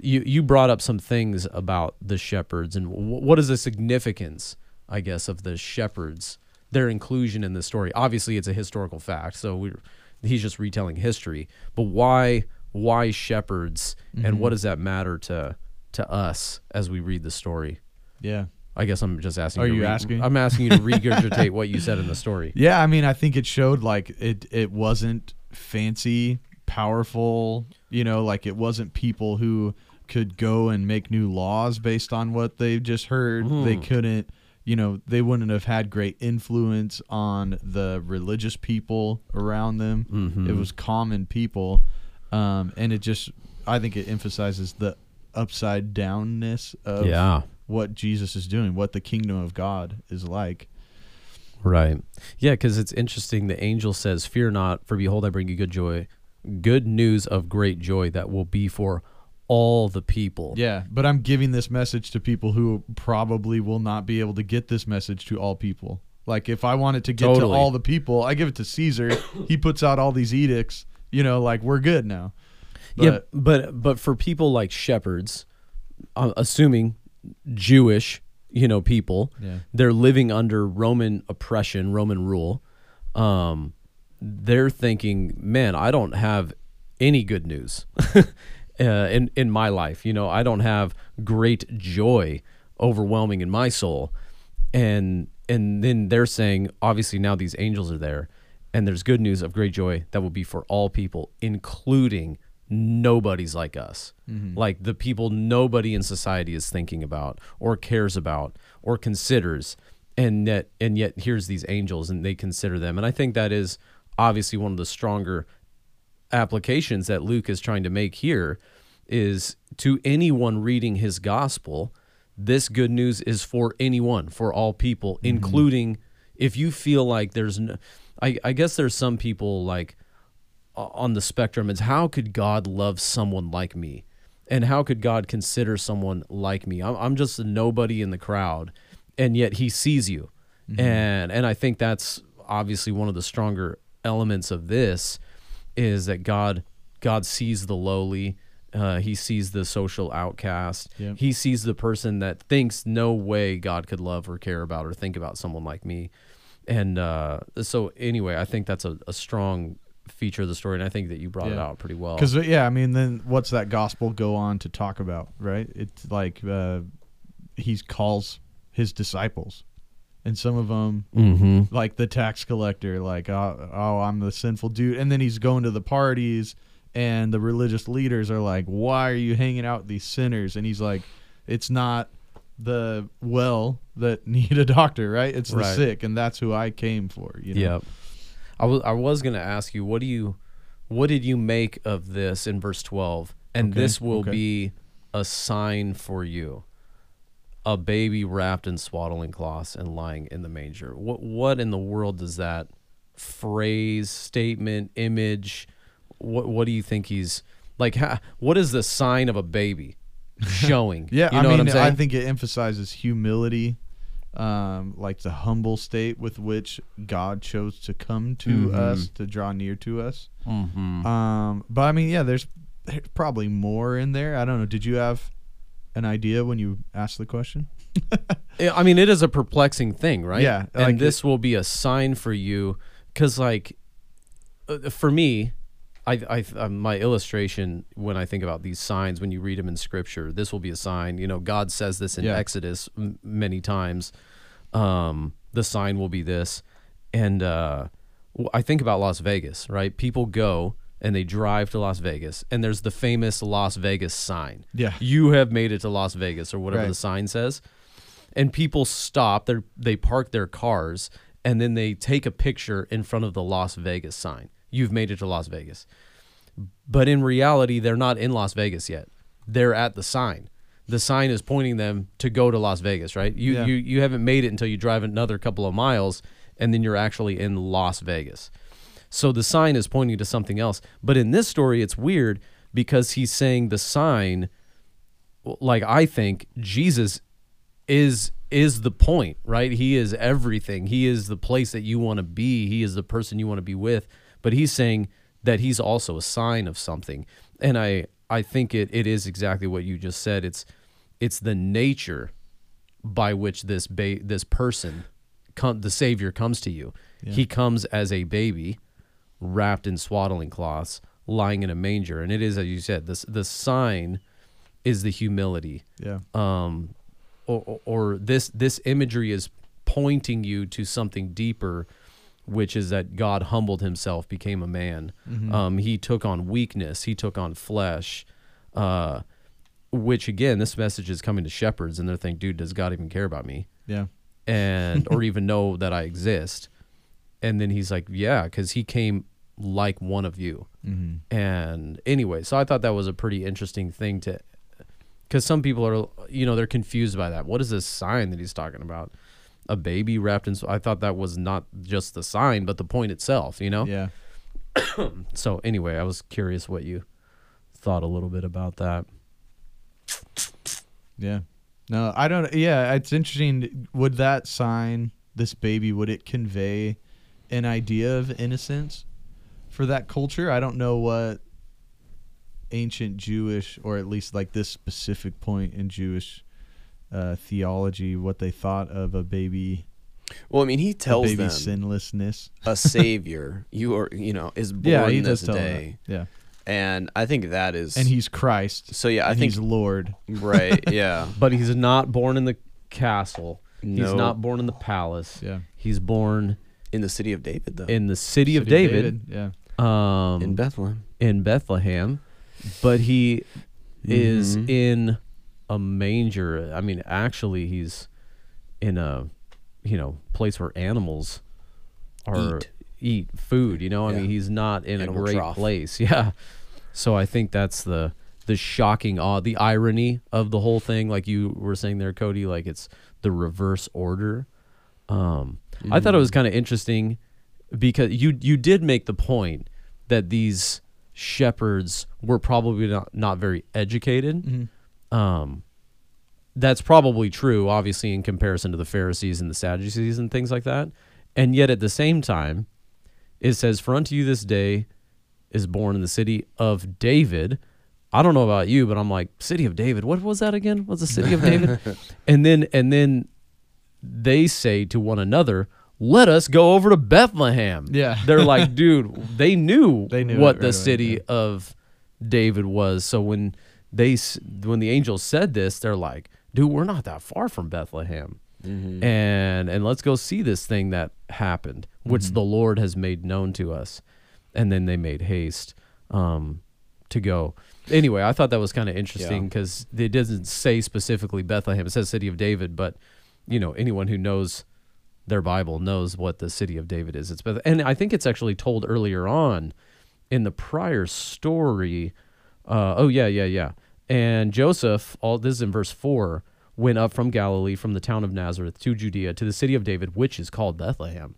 B: you you brought up some things about the shepherds and w- what is the significance, I guess, of the shepherds, their inclusion in the story. Obviously, it's a historical fact, so we're he's just retelling history. But why why shepherds,
A: Mm-hmm.
B: and what does that matter to to us as we read the story?
A: Yeah.
B: I guess I'm just asking.
A: Are
B: to
A: you asking?
B: I'm asking
A: *laughs*
B: you to regurgitate what you said in the story.
A: Yeah, I mean, I think it showed like it it wasn't fancy, powerful, you know, like it wasn't people who could go and make new laws based on what they've just heard. They couldn't you know, they wouldn't have had great influence on the religious people around them. It was common people. Um, and it just, I think it emphasizes the upside downness of
B: yeah.
A: what Jesus is doing, what the kingdom of God is like.
B: Right. Yeah, because it's interesting. The angel says, Fear not, for behold, I bring you good joy, good news of great joy that will be for all the people.
A: Yeah, but I'm giving this message to people who probably will not be able to get this message to all people. Like if I wanted to get
B: Totally.
A: to all the people, I give it to Caesar. he puts out all these edicts, you know, like we're good now. But,
B: yeah, but but for people like shepherds, uh, assuming Jewish, you know, people,
A: Yeah.
B: they're living under Roman oppression, Roman rule. Um, they're thinking, man, I don't have any good news *laughs* uh, in in my life. You know, I don't have great joy overwhelming in my soul, and and then they're saying, obviously now these angels are there, and there's good news of great joy that will be for all people, including nobody's like us like the people nobody in society is thinking about or cares about or considers and yet and yet here's these angels and they consider them and i think that is obviously one of the stronger applications that luke is trying to make here is to anyone reading his gospel this good news is for anyone for all people including if you feel like there's no I, I guess there's some people like o- on the spectrum is how could God love someone like me? And how could God consider someone like me? I'm, I'm just a nobody in the crowd, and yet He sees you. And and I think that's obviously one of the stronger elements of this is that God God sees the lowly. Uh, he sees the social outcast.
A: Yep.
B: He sees the person that thinks no way God could love or care about or think about someone like me. And uh, so, anyway, I think that's a, a strong feature of the story, and I think that you brought it
A: Yeah.
B: out pretty well.
A: Because uh, yeah, I mean, then what's that gospel go on to talk about, right? It's like uh, he calls his disciples, and some of them,
B: Mm-hmm.
A: like the tax collector, like oh, oh, I'm the sinful dude, and then he's going to the parties, and the religious leaders are like, why are you hanging out with these sinners? And he's like, it's not the well that *laughs* need a doctor, right? It's the
B: Right.
A: sick, and that's who I came for. You know?
B: Yeah. I was I was gonna ask you what do you what did you make of this in verse twelve? And
A: Okay,
B: this will
A: okay.
B: be a sign for you. A baby wrapped in swaddling cloths and lying in the manger. What what in the world does that phrase, statement, image? What what do you think he's like? Ha, what is the sign of
A: *laughs*
B: a baby showing?
A: Yeah,
B: you know
A: I mean,
B: what I'm saying.
A: I think it emphasizes humility, um, like the humble state with which God chose to come to
B: Mm-hmm.
A: us, to draw near to us.
B: Mhm.
A: Um, but I mean, yeah, there's, there's probably more in there. I don't know. Did you have an idea when you asked the question?
B: Yeah, I mean, it is a perplexing thing, right?
A: Yeah,
B: And
A: like
B: this will be a sign for you, because like, uh, for me, I, I, uh, my illustration when I think about these signs, when you read them in Scripture, this will be a sign. You know, God says this in
A: Yeah.
B: Exodus m- many times. Um, the sign will be this, and uh, w- I think about Las Vegas, right? People go and they drive to Las Vegas, and there's the famous Las Vegas sign.
A: Yeah.
B: you have made it to Las Vegas, or whatever
A: Right.
B: the sign says and people stop they they park their cars and then they take a picture in front of the Las Vegas sign you've made it to Las Vegas but in reality they're not in Las Vegas yet they're at the sign the sign is pointing them to go to Las Vegas right you
A: Yeah.
B: you you haven't made it until you drive another couple of miles and then you're actually in Las Vegas so the sign is pointing to something else but in this story it's weird because he's saying the sign like I think Jesus is is the point, right? He is everything. He is the place that you want to be. He is the person you want to be with. But he's saying that he's also a sign of something. And I I think it it is exactly what you just said. It's it's the nature by which this ba- this person come, the savior comes to you. He comes as a baby wrapped in swaddling cloths, lying in a manger. And it is as you said, this the sign is the humility
A: Yeah.
B: um, or, or, or this this imagery is pointing you to something deeper, which is that God humbled Himself, became a man. Um, he took on weakness. He took on flesh. Uh, which again, this message is coming to shepherds, and they're thinking, "Dude, does God even care about me?"
A: Yeah.
B: and
A: *laughs*
B: or even know that I exist. And then he's like, yeah, because he came like one of you.
A: Mm-hmm.
B: And anyway, so I thought that was a pretty interesting thing to, because some people are, you know, they're confused by that. What is this sign that he's talking about? A baby wrapped in. I thought that was not just the sign, but the point itself. You know.
A: Yeah.
B: So anyway, I was curious what you thought a little bit about that.
A: Yeah. No, I don't. Yeah, it's interesting. Would that sign, this baby, would it convey an idea of innocence for that culture? I don't know what ancient Jewish, or at least like this specific point in Jewish uh, theology, what they thought of a baby,
C: Well, I mean, he
A: a
C: tells
A: baby
C: them
A: sinlessness. *laughs*
C: a savior. You are, you know, is born
A: Yeah, he
C: this
A: does tell them
C: day,
A: that. Yeah,
C: and I think that is.
A: and he's Christ.
C: so yeah, I
A: and
C: think
A: he's Lord.
C: right. Yeah,
B: But he's not born in the castle. He's
C: No.
B: not born in the palace.
A: Yeah,
B: He's born
C: in the city of David, though,
B: in the city, of
A: City
B: David,
A: Yeah,
B: Um,
C: in
B: in,
C: Bethlehem.
B: Bethlehem, but he is in a manger. I mean, actually, he's in a you know place where animals are
C: Eat.
B: eat, food. You know, I mean,
C: Yeah.
B: he's not in
C: Animal
B: a great
C: trough.
B: place. *laughs* Yeah, so I think that's the the shocking awe, the irony of the whole thing. Like you were saying there, Cody, like it's the reverse order. Um, I thought it
C: Mm.
B: was kind of interesting because you you did make the point that these shepherds were probably not, not very educated.
C: Mm-hmm.
B: Um, that's probably true, obviously, in comparison to the Pharisees and the Sadducees and things like that. And yet, at the same time, it says, "For unto you this day is born in the city of David." I don't know about you, but I'm like, "City of David? What was that again? What's the city
A: *laughs*
B: of David?" and then, and then they say to one another, "Let us go over to Bethlehem."
A: Yeah.
B: they're like, "Dude, they knew,
A: They knew
B: what
A: it
B: the
A: right away,
B: city
A: yeah.
B: of David was." So when they s- when the angels said this, they're like, "Dude, we're not that far from Bethlehem." And and let's go see this thing that happened, which the Lord has made known to us. And then they made haste um, to go. Anyway, I thought that was kind of interesting because it doesn't say specifically Bethlehem; it says city of David. But you know, anyone who knows their Bible knows what the city of David is. It's Beth- and I think it's actually told earlier on in the prior story. Uh, oh yeah, yeah, yeah. And Joseph, all this is in verse four, went up from Galilee from the town of Nazareth to Judea to the city of David, which is called Bethlehem.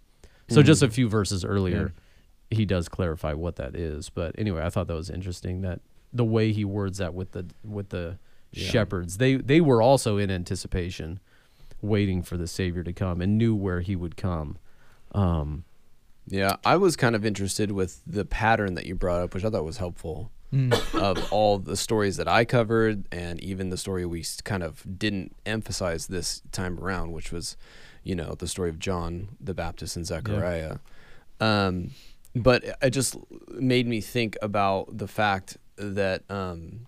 B: So just a few verses earlier, he does clarify what that is. But anyway, I thought that was interesting that the way he words that with the with the shepherds, they they were also in anticipation waiting for the Savior to come and knew where he would come. Um,
C: Yeah, I was kind of interested with the pattern that you brought up, which I thought was helpful.
B: Mm.
C: of all the stories that I covered, and even the story we s- kind of didn't emphasize this time around, which was, you know, the story of John the Baptist and Zechariah. Um, but it- it just made me think about the fact that, um,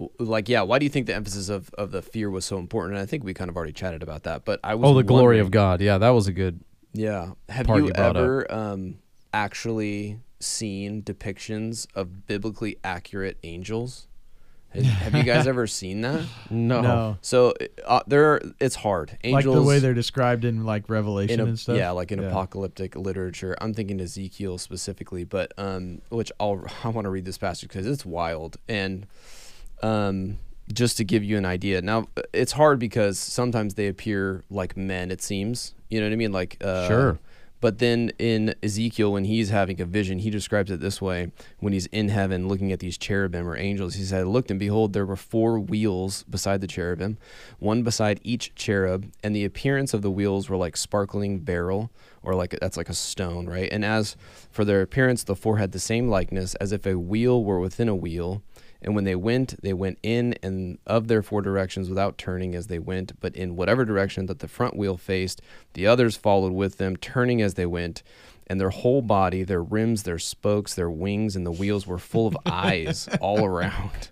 C: w- like, yeah, why do you think the emphasis of, of the fear was so important? And I think we kind of already chatted about that. But I was
B: oh, the glory of
C: wondering-
B: God. Yeah, that was a good.
C: yeah. Have
B: part
C: you
B: you brought up.
C: ever um, actually seen depictions of biblically accurate angels?
A: *laughs*
C: Have, have you guys ever seen that?
B: No.
A: no,
C: So uh, there, are, it's hard.
A: like
C: Oh. Angels
A: the way they're described in like
C: in
A: Revelation
C: a-
A: and stuff.
C: Yeah, like in apocalyptic literature. I'm thinking Ezekiel specifically, but um, which I'll *laughs* I want to read this passage because it's wild and um, just to give you an idea. Now it's hard because sometimes they appear like men. It seems you know what I mean. Like uh,
B: Sure.
C: But then in Ezekiel, when he's having a vision, he describes it this way: when he's in heaven, looking at these cherubim or angels, he said, "I looked and behold, there were four wheels beside the cherubim, one beside each cherub, and the appearance of the wheels were like sparkling beryl, or like that's like a stone, right? And as for their appearance, the four had the same likeness, as if a wheel were within a wheel." And when they went, they went in and of their four directions without turning as they went, but in whatever direction that the front wheel faced, the others followed with them, turning as they went. And their whole body, their rims, their spokes, their wings, and the wheels were full of eyes all around.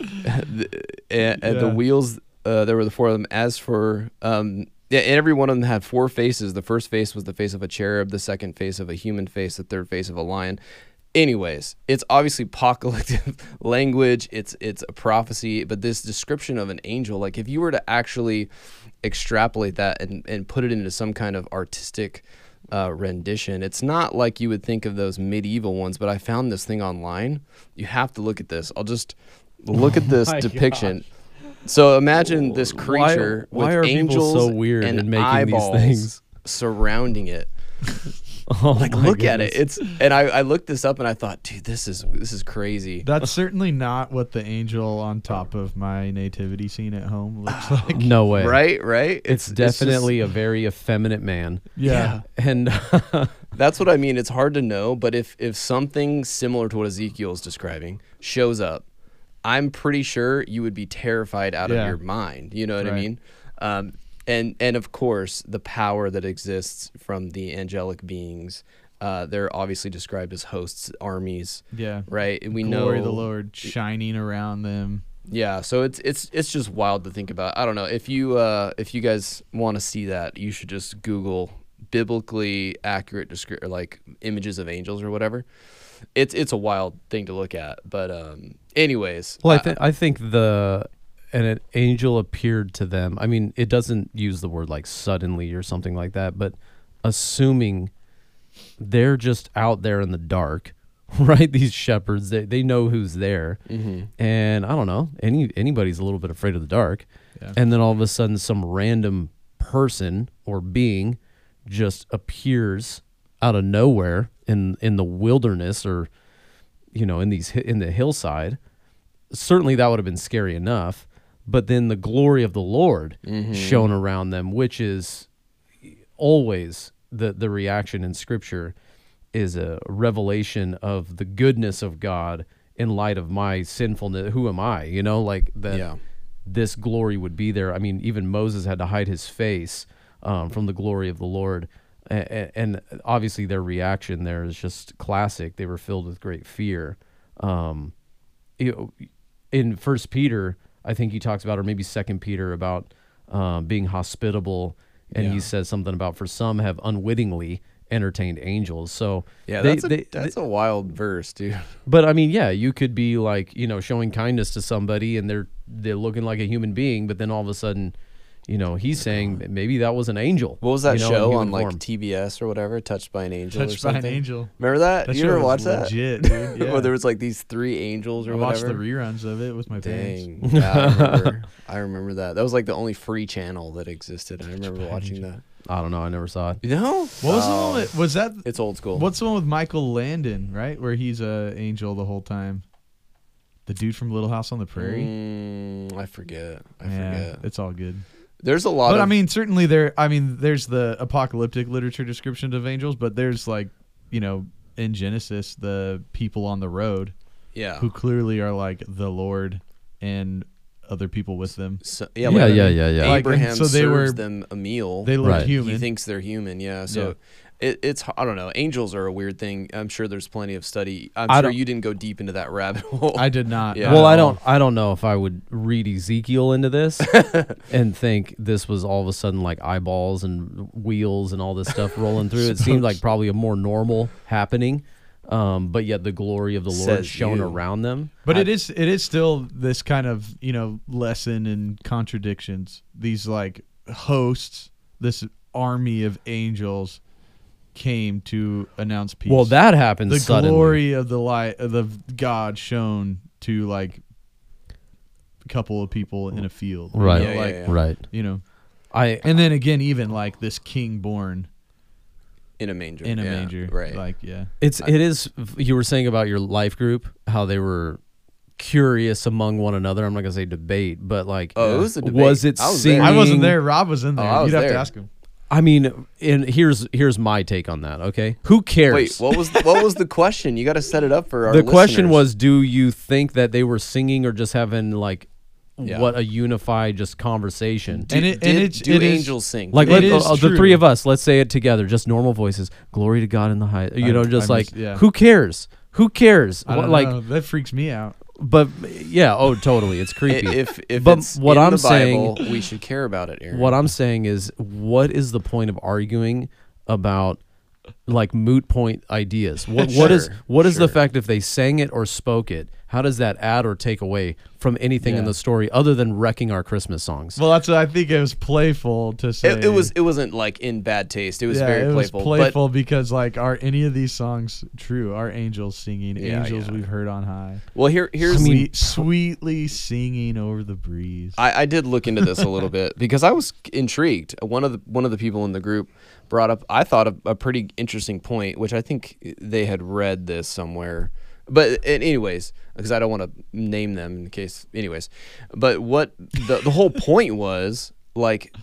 C: the, and, and the
A: Yeah.
C: wheels, uh, there were the four of them. As for, um, yeah, and every one of them had four faces. The first face was the face of a cherub, the second face of a human face, the third face of a lion. anyways, it's obviously apocalyptic *laughs* language. It's it's a prophecy, but this description of an angel, like if you were to actually extrapolate that and and put it into some kind of artistic uh, rendition, it's not like you would think of those medieval ones. But I found this thing online. You have to look at this. I'll just look at this
B: my
C: depiction. So imagine this creature
B: why
C: with
B: are people
C: angels
B: so weird
C: and
B: in making these
C: eyeballs
B: things?
C: surrounding it
B: *laughs* Oh
C: like
B: my
C: look at it
B: goodness.
C: it's and I, I looked this up and i thought dude this is this is crazy
A: That's certainly not what the angel on top of my nativity scene at home looks
C: Ah, *laughs*
A: like.
B: *laughs* no way.
C: right right
B: It's,
C: just-
B: definitely a very effeminate man.
A: Yeah. uh,
B: And
A: *laughs*
C: that's what i mean it's hard to know but if if something similar to what ezekiel is describing shows up i'm pretty sure you would be terrified out
A: Yeah.
C: of your mind you know what i
A: Right.
C: mean um and and of course the power that exists from the angelic beings uh, they're obviously described as hosts armies
A: Yeah.
C: right and we
A: Glory
C: know
A: the Lord shining around them.
C: Yeah, so it's it's it's just wild to think about. I don't know if you uh, if you guys want to see that, you should just Google biblically accurate descri- or like images of angels or whatever. It's it's a wild thing to look at, but um, anyways,
B: well, I,
C: I-
B: th- I think the and an angel appeared to them. I mean, it doesn't use the word like suddenly or something like that, but assuming they're just out there in the dark, *laughs* right? These shepherds, they they know who's there, and I don't know any anybody's a little bit afraid of the dark,
A: Yeah.
B: and then all of a sudden some random person or being just appears out of nowhere in in the wilderness or you know in these hi- in the hillside certainly that would have been scary enough but then the glory of the lord shone around them which is always the the reaction in scripture is a revelation of the goodness of god in light of my sinfulness who am i you know like that
C: Yeah.
B: this glory would be there i mean even moses had to hide his face um, from the glory of the lord and, and obviously their reaction there is just classic they were filled with great fear um, you know, in First Peter, I think he talks about, or maybe Second Peter, about um, being hospitable, and he
A: Yeah.
B: says something about for some have unwittingly entertained angels. So
C: yeah,
B: they-
C: that's a,
B: they-
C: that's a wild verse, dude.
B: but I mean, yeah, you could be like, you know, showing kindness to somebody and they're they're looking like a human being, but then all of a sudden, you know, he's saying that maybe that was an angel.
C: *laughs* What was
B: you
C: that
B: know, in
C: show
B: human
C: on like
B: form.
C: TBS or whatever? Touched by an angel. or
A: Touched by an
C: something?
A: angel.
C: Remember that?
A: That
C: you
A: show
C: ever
A: was
C: watch that? *laughs*
A: legit, dude. Yeah.
C: Where there was like these three angels or
A: I watched
C: whatever.
A: the reruns of it with my parents.
C: Dang, yeah,
B: *laughs*
C: I, remember, I remember that. That was like the only free channel that existed. I remember watching that.
B: I don't know, I never saw it.
C: No,
A: What was the one? With, was that?
C: It's old school.
A: What's the one with Michael Landon? Right, where he's a angel the whole time. The dude from Little House on the Prairie.
C: Mm, I forget. I
A: yeah,
C: forget.
A: it's all good.
C: There's a lot.
A: But
C: of,
A: I mean, certainly there. I mean, there's the apocalyptic literature descriptions of angels, but there's like, you know, in Genesis, the people on the road
C: yeah,
A: who clearly are like the Lord and other people with them.
C: so, yeah,
B: Yeah,
C: like,
B: yeah, yeah, yeah.
A: Like,
C: Abraham
A: and so they
C: serves
A: were-
C: them a meal.
A: They look
B: Right.
A: human.
C: He thinks they're human. Yeah, so. It, it's h- I don't know. Angels are a weird thing. I'm sure there's plenty of study. I'm
B: I
C: sure
B: don't-
C: you didn't go deep into
A: *laughs*
C: that rabbit hole.
A: I did not.
C: Yeah.
B: Well,
A: at
B: I
A: all.
B: don't I don't know if I would read Ezekiel into
C: *laughs*
B: this and think this was all of a sudden like eyeballs and wheels and all this stuff rolling through. it seemed
C: *laughs*
B: like probably a more normal happening. Um, but yet the glory of the Lord
C: Says
B: shone
C: you.
B: around them.
A: But
B: I-
A: it is it is still this kind of you know lesson in contradictions. These like hosts, this army of angels, came to announce peace.
B: well that happens
A: the
B: suddenly.
A: glory of the light of the God shone to like a couple of people in a field, you
B: Right.
A: know,
C: Yeah, yeah,
A: like
C: yeah.
B: Right.
A: you know,
B: I
A: and then again, even like this king born
C: in a manger.
A: in a
C: yeah,
A: manger,
C: Right.
A: Like yeah,
B: It's it is you were saying about your life group how they were curious among one another. I'm not gonna say debate, but like
C: Oh, it was a debate.
B: was it
C: I was
B: singing?
C: there.
A: I wasn't there. Rob was in there.
C: oh, I was
A: You'd have to
C: there.
A: ask him.
B: I mean, and here's here's my take on that. Okay, who cares?
C: Wait, what was what was the question? You got to set it
B: *laughs*
C: up for our.
B: the question
C: listeners.
B: was do you think that they were singing or just having like
C: Yeah.
B: what a unified just conversation
A: and it, and
C: Did-
A: it's,
C: do
A: it is-
C: angels sing?
B: like
A: It
B: let,
A: is
B: uh, the
A: true.
B: three of us let's say it together just normal voices glory to god in the high you
A: I-
B: know just
A: I
B: like
A: miss- yeah.
B: who cares who cares
A: I
B: What-
A: don't
B: like
A: know. that freaks me out.
B: but yeah oh totally it's
C: *laughs* I-
B: creepy
C: if if
B: But
C: it's
B: what
C: in
B: I'm
C: the
B: saying-
C: Bible, we should care about it, Aaron.
B: What I'm saying is, what is the point of arguing about like moot point
A: *laughs*
B: ideas. What what is
C: Sure,
B: what is the
C: sure.
B: fact if they sang it or spoke it? How does that add or take away from anything in
A: Yeah.
B: the story other than wrecking our Christmas songs?
A: Well, that's what I think it was playful to say.
C: It, it was it wasn't like in bad taste. It was
A: yeah,
C: very
A: it
C: playful.
A: was playful because like, are any of these songs true? Are angels singing?
C: Yeah,
A: angels
C: yeah.
A: we've heard on high.
C: But well, here here's
A: Sweet, sweetly singing over the breeze.
C: I, I did look into this a little bit because I was intrigued. One of the one of the people in the group brought up I thought a, a pretty interesting point, which I think they had read this somewhere. But a- anyways, because I don't want to name them in case. Anyways, but what the the whole point was like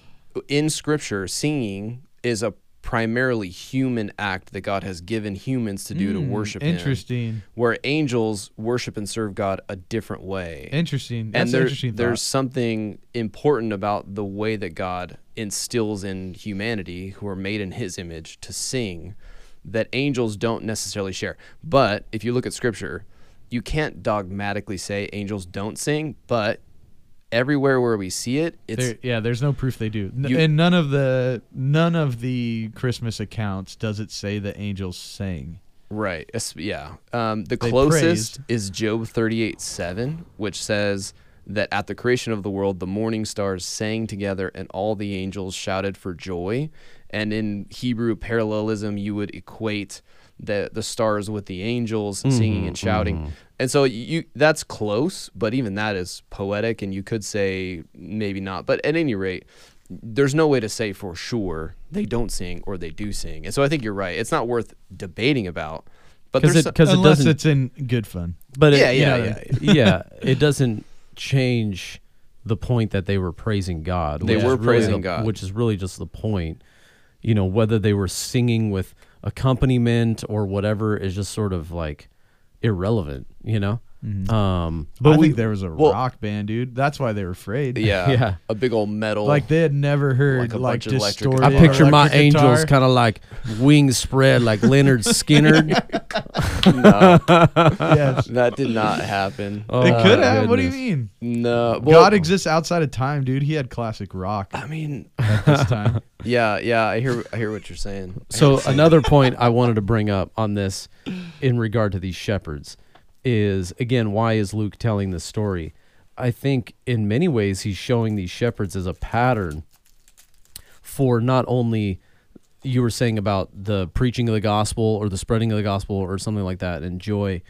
C: in Scripture, singing is a primarily human act that God has given humans to do to worship Him.
A: interesting.
C: Where angels worship and serve God a different way
A: Interesting. That's
C: and
A: an
C: there-
A: interesting.
C: there's
A: thought.
C: something important about the way that God instills in humanity who are made in his image to sing that angels don't necessarily share. But if you look at scripture, you can't dogmatically say angels don't sing, but everywhere where we see it, it's
A: There- yeah, there's no proof they do, N-
C: You-
A: and none of the none of the Christmas accounts does it say the angels sang.
C: Right. es- Yeah. Um, the
A: They
C: closest is Job 38 7, which says that at the creation of the world, the morning stars sang together and all the angels shouted for joy. And in Hebrew parallelism, you would equate the, the stars with the angels
B: Mm-hmm,
C: singing and shouting. And so you that's close, but even that is poetic, and you could say maybe not. But at any rate, there's no way to say for sure they don't sing or they do sing. And so I think you're right. It's not worth debating about. But
B: Because
C: there's
B: it, 'cause it
A: Unless
B: doesn't
A: it's in good fun.
B: But
C: Yeah,
B: it, you
C: yeah,
B: *laughs* know, yeah, It doesn't change the point that they were praising God.
C: They
B: which
C: were
B: is really
C: praising
B: the-
C: God.
B: which is really just the point. You know, whether they were singing with accompaniment or whatever is just sort of like irrelevant. You know,
C: Mm-hmm.
B: um,
A: But I
B: but we
A: think there was a rock band, dude. That's why they were afraid.
C: yeah,
B: Yeah.
C: a big old metal.
A: Like they had never heard
C: Like a
A: like,
C: bunch of electric
A: distorted.
B: I
C: Yeah,
B: picture my
A: electric guitar.
B: angels kind of like wings spread, like
A: *laughs*
B: Leonard Skinner.
C: no,
A: yes.
C: that did not happen.
B: *laughs* Oh,
A: it could
B: my
A: have. What do you
B: goodness.
A: mean?
C: No, well,
A: God exists outside of time, dude. He had classic rock
C: I mean,
A: at
B: *laughs*
A: this time.
C: yeah, yeah. I hear, I hear what you're saying.
B: So another point I wanted to bring up on this, in regard to these shepherds, is again why is Luke telling this story? I think in many ways he's showing these shepherds as a pattern for not only you were saying about the preaching of the gospel or the spreading of the gospel or something like that and joy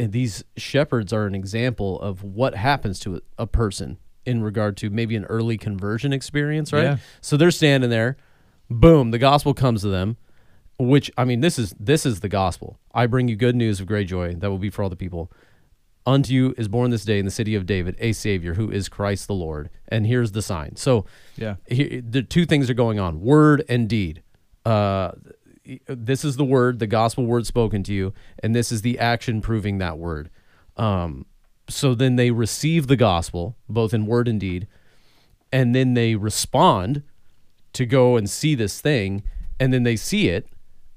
B: and these shepherds are an example of what happens to a person in regard to maybe an early conversion experience right
A: Yeah.
B: so they're standing there boom the gospel comes to them which i mean this is this is the gospel i bring you good news of great joy that will be for all the people unto you is born this day in the city of david a savior who is christ the lord and here's the sign so
A: Yeah.
B: he, the two things are going on word and deed uh, this is the word the gospel word spoken to you and this is the action proving that word um, so then they receive the gospel both in word and deed and then they respond to go and see this thing and then they see it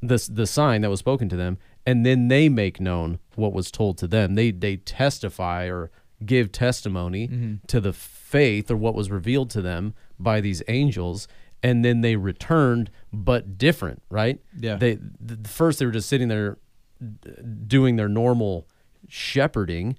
B: this the sign that was spoken to them and then they make known what was told to them they they testify or give testimony to the faith or what was revealed to them by these angels and then they returned but different right
A: Yeah.
B: they th- th- first they were just sitting there d- doing their normal shepherding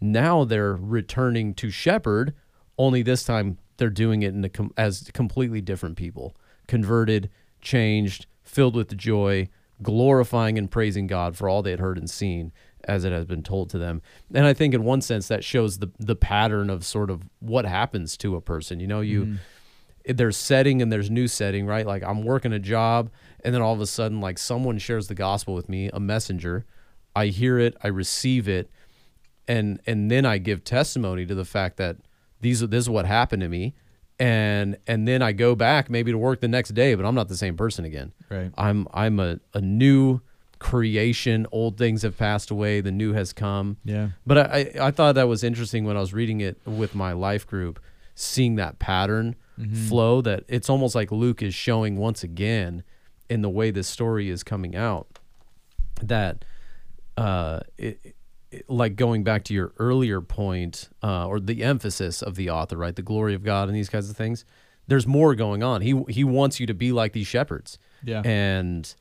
B: now they're returning to shepherd only this time they're doing it in a com- as completely different people converted changed filled with joy glorifying and praising god for all they had heard and seen as it has been told to them and i think in one sense that shows the the pattern of sort of what happens to a person you know you there's setting and there's new setting, right? Like I'm working a job and then all of a sudden like someone shares the gospel with me, a messenger. I hear it, I receive it, and and then I give testimony to the fact that these are this is what happened to me. And and then I go back maybe to work the next day, but I'm not the same person again.
A: Right.
B: I'm I'm a, a new creation. Old things have passed away, the new has come.
A: Yeah.
B: But I, I I thought that was interesting when I was reading it with my life group, seeing that pattern flow that it's almost like Luke is showing once again in the way this story is coming out that uh it, it- like going back to your earlier point uh, or the emphasis of the author right the glory of god and these kinds of things there's more going on he he wants you to be like these shepherds
A: Yeah.
B: and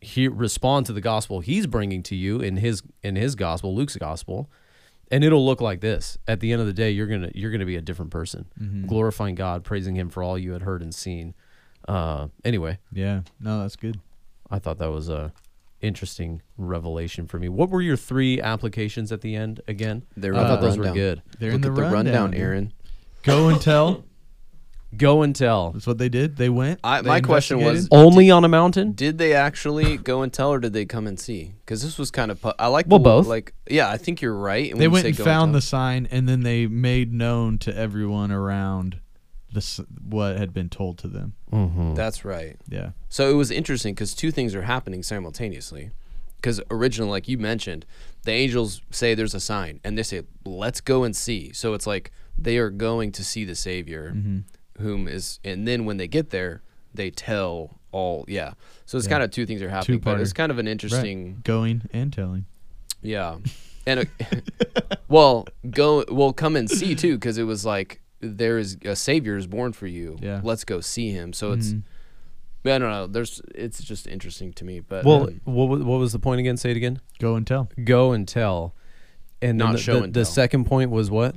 B: he respond to the gospel he's bringing to you in his in his gospel, Luke's gospel, and it'll look like this. At the end of the day, you're gonna you're gonna be a different person, glorifying God, praising Him for all you had heard and seen. Uh, anyway,
A: Yeah. No, that's good.
B: I thought that was a interesting revelation for me. What were your three applications at the end again?
C: They're
B: Uh, I
C: in
B: thought
C: the
B: those were
C: rundown.
B: good.
A: They're
C: Look
A: in the,
C: at the rundown,
A: dude.
C: Aaron.
A: Go and tell.
B: Go and tell.
A: That's what they did. They went.
C: I-
A: they
C: my question was-
A: investigated.
B: Only on a mountain?
C: Did they actually go and tell, or did they come and see? Because this was kind of pu- I like
B: Well,
C: the-
B: both.
C: Like, yeah, I think you're right. when
A: they
C: you
A: went
C: say
A: and
C: go
A: found
C: tell.
A: the sign, and then they made known to everyone around the s- what had been told to them.
C: That's right.
A: Yeah.
C: So it was interesting because two things are happening simultaneously. Because originally, like you mentioned, the angels say there's a sign, and they say, "Let's go and see." So it's like they are going to see the Savior,
A: Mm-hmm.
C: whom is, and then when they get there, they tell all. Yeah. So it's kind of two things are happening, but it's
A: Two-parter.
C: kind of an
A: Right.
C: interesting.
A: Going and telling.
C: Yeah,
B: *laughs*
C: and uh, *laughs* well, go well come and see too, because it was like there is a savior is born for you.
A: Yeah.
C: let's go see him. So it's I don't know. There's it's just interesting to me, but
B: Mm-hmm. Well,
C: um,
B: what, wa- what was the point again? Say it again.
A: Go and tell.
B: Go and tell. And then
C: Not
B: the,
C: show
B: the,
C: and
B: the
C: tell.
B: second point was what?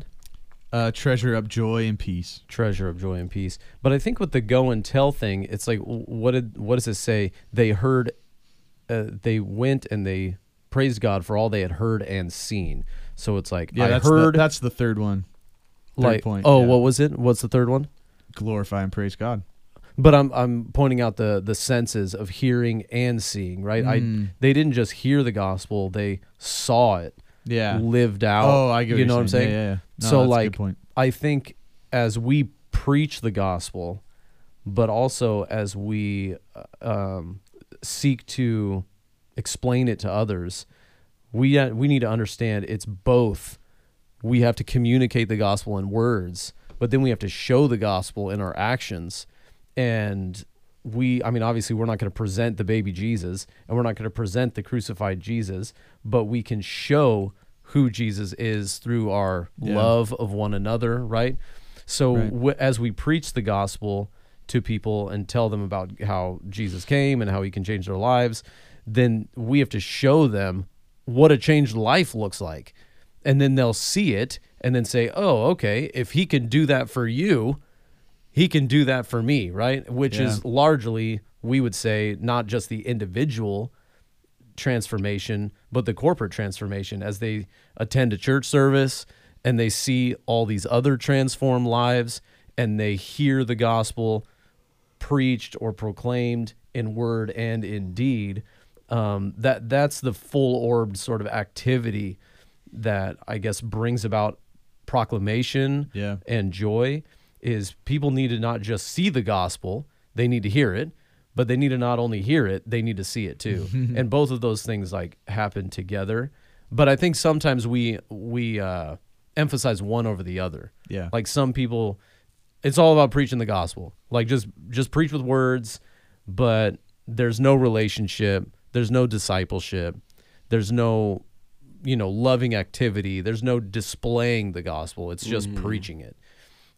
A: Uh, treasure up joy and peace.
B: Treasure of joy and peace. But I think with the go and tell thing, it's like, w- what did what does it say? They heard, uh, they went and they praised God for all they had heard and seen. So it's like I
A: that's
B: heard
A: The, that's the third one. Third
B: like
A: point.
B: oh
A: yeah.
B: what was it? What's the third one?
A: glorify and praise God.
B: But I'm I'm pointing out the the senses of hearing and seeing, right?
A: Hmm.
B: I they didn't just hear the gospel, they saw it
A: Yeah.
B: lived out.
A: Oh, I get what
B: you
A: you're
B: know what I'm
A: saying.
B: saying.
A: Yeah, yeah, yeah. No, that's
B: so
A: a good
B: like,
A: point.
B: I think as we preach the gospel, but also as we uh, um, seek to explain it to others, we uh, we need to understand it's both. We have to communicate the gospel in words, but then we have to show the gospel in our actions, and we i mean obviously we're not going to present the baby jesus and we're not going to present the crucified jesus but we can show who jesus is through our
A: Yeah.
B: love of one another right so
A: Right.
B: w- as we preach the gospel to people and tell them about how jesus came and how he can change their lives then we have to show them what a changed life looks like and then they'll see it and then say oh okay if he can do that for you he can do that for me, right? Which is
A: Yeah.
B: largely, we would say, not just the individual transformation, but the corporate transformation as they attend a church service and they see all these other transformed lives and they hear the gospel preached or proclaimed in word and in deed. Um, that that's the full orbed sort of activity that I guess brings about proclamation
A: Yeah.
B: and joy is people need to not just see the gospel, they need to hear it, but they need to not only hear it, they need to see it too. and both of those things like happen together. But I think sometimes we we uh, emphasize one over the other.
A: Yeah.
B: Like some people it's all about preaching the gospel. Like just just preach with words, but there's no relationship, there's no discipleship, there's no you know loving activity, there's no displaying the gospel. It's just
A: Mm-hmm.
B: preaching it.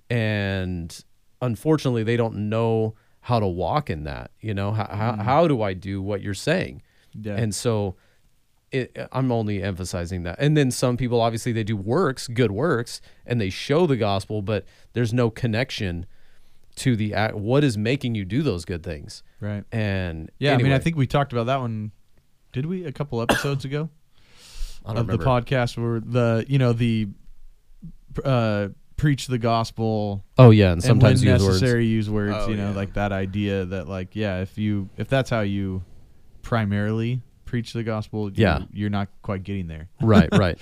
B: And unfortunately, they don't know how to walk in that, you know, how how, how do I do what you're saying?
A: Mm-hmm. Yeah.
B: And so it, I'm only emphasizing that. And then some people, obviously, they do works, good works, and they show the gospel, but there's no connection to the act. What is making you do those good things?
A: Right.
B: And
A: Yeah, I mean, I
B: anyway,
A: think we talked about that one. Did we a couple episodes ago
B: *coughs* I don't
A: of
B: remember.
A: the podcast where the you know the uh, preach the gospel
B: Oh yeah, and sometimes
A: and when
B: use words.
A: necessary use words.
C: Oh,
A: you know,
C: yeah.
A: like that idea that like yeah, if you if that's how you primarily preach the gospel, you-
B: Yeah.
A: you're not quite getting there. *laughs*
B: Right, right.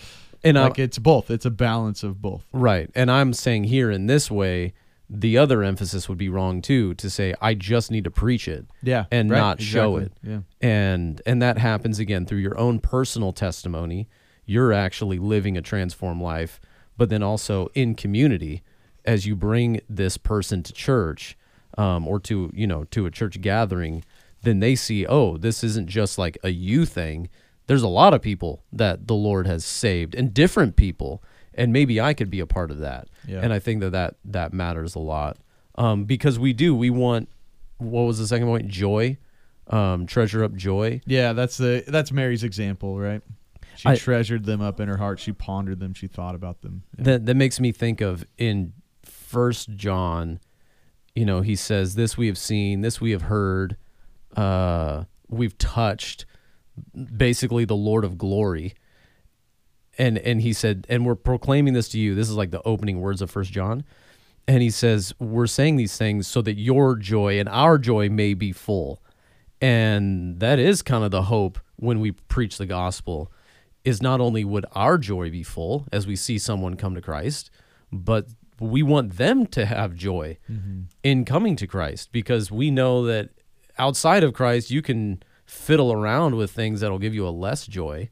B: And I,
A: like it's both. It's a balance of both.
B: Right. And I'm saying here in this way, the other emphasis would be wrong too to say I just need to preach it.
A: Yeah,
B: And
A: right,
B: not show it.
A: exactly, yeah.
B: And and that happens again through your own personal testimony. You're actually living a transformed life, but then also in community as you bring this person to church um, or to you know to a church gathering, then they see oh this isn't just like a you thing. There's a lot of people that the Lord has saved and different people, and maybe I could be a part of that.
A: Yeah.
B: And I think that that, that matters a lot um, because we do. We want, what was the second point? Joy um, treasure up joy.
A: Yeah, that's the that's Mary's example, right? She
B: I-
A: treasured them up in her heart. She pondered them. She thought about them. Yeah.
B: That that makes me think of in First John, you know, he says, "This we have seen, this we have heard, uh, we've touched." Basically, the Lord of Glory, and and he said, "And we're proclaiming this to you." This is like the opening words of First John, and he says, "We're saying these things so that your joy and our joy may be full." And that is kind of the hope when we preach the gospel is not only would our joy be full as we see someone come to Christ, but we want them to have joy in coming to Christ because we know that outside of Christ, you can fiddle around with things that'll give you a less joy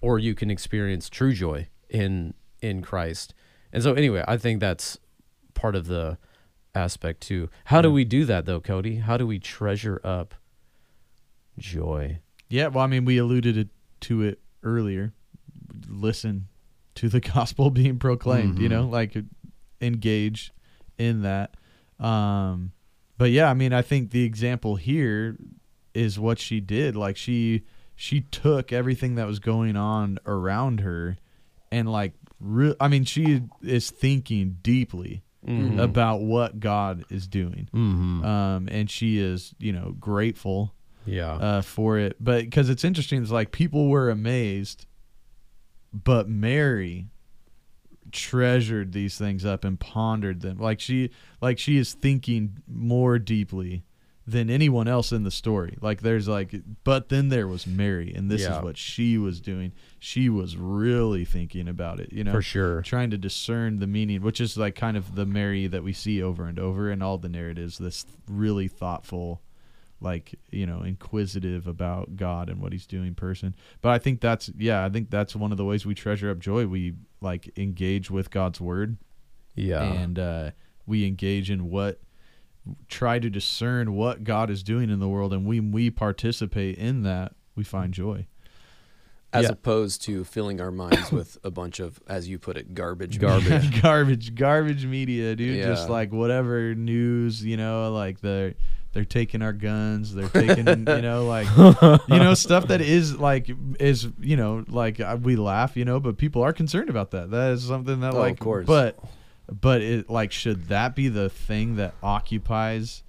B: or you can experience true joy in in Christ. And so anyway, I think that's part of the aspect too. How do we do that though, Cody? How do we treasure up joy?
A: Yeah, well, I mean, we alluded it- to it earlier. Listen to the *laughs* gospel being proclaimed, you know, like engage in that. Um, but yeah, I mean, I think the example here is what she did. Like she she took everything that was going on around her and like re- I mean, she is thinking deeply
B: Uh,
A: about what God is doing.
B: Mm-hmm.
A: Um, and she is, you know, grateful
B: Yeah.
A: uh, for it. But because it's interesting, it's like people were amazed, but Mary treasured these things up and pondered them. Like she, like she is thinking more deeply than anyone else in the story. Like there's like, but then there was Mary, and this
B: Yeah.
A: is what she was doing. She was really thinking about it, you know,
B: for sure.
A: trying to discern the meaning, which is like kind of the Mary that we see over and over in all the narratives. This really thoughtful, like you know, inquisitive about God and what He's doing person. But I think that's yeah, I think that's one of the ways we treasure up joy. We like engage with God's word
B: Yeah.
A: and uh, we engage in what try to discern what God is doing in the world, and when we participate in that, we find joy.
C: as
B: Yeah.
C: opposed to filling our minds with a bunch of, as you put it, garbage. *laughs*
A: *laughs*
B: Garbage.
A: garbage, garbage media, dude. Just
C: Yeah.
A: like whatever news, you know, like they're they're taking our guns,
C: *laughs*
A: they're taking, you know, like you know stuff that is like is you know like uh, we laugh, you know, but people are concerned about that. That is something that
C: Oh,
A: like,
C: of course.
A: but but it like should that be the thing that occupies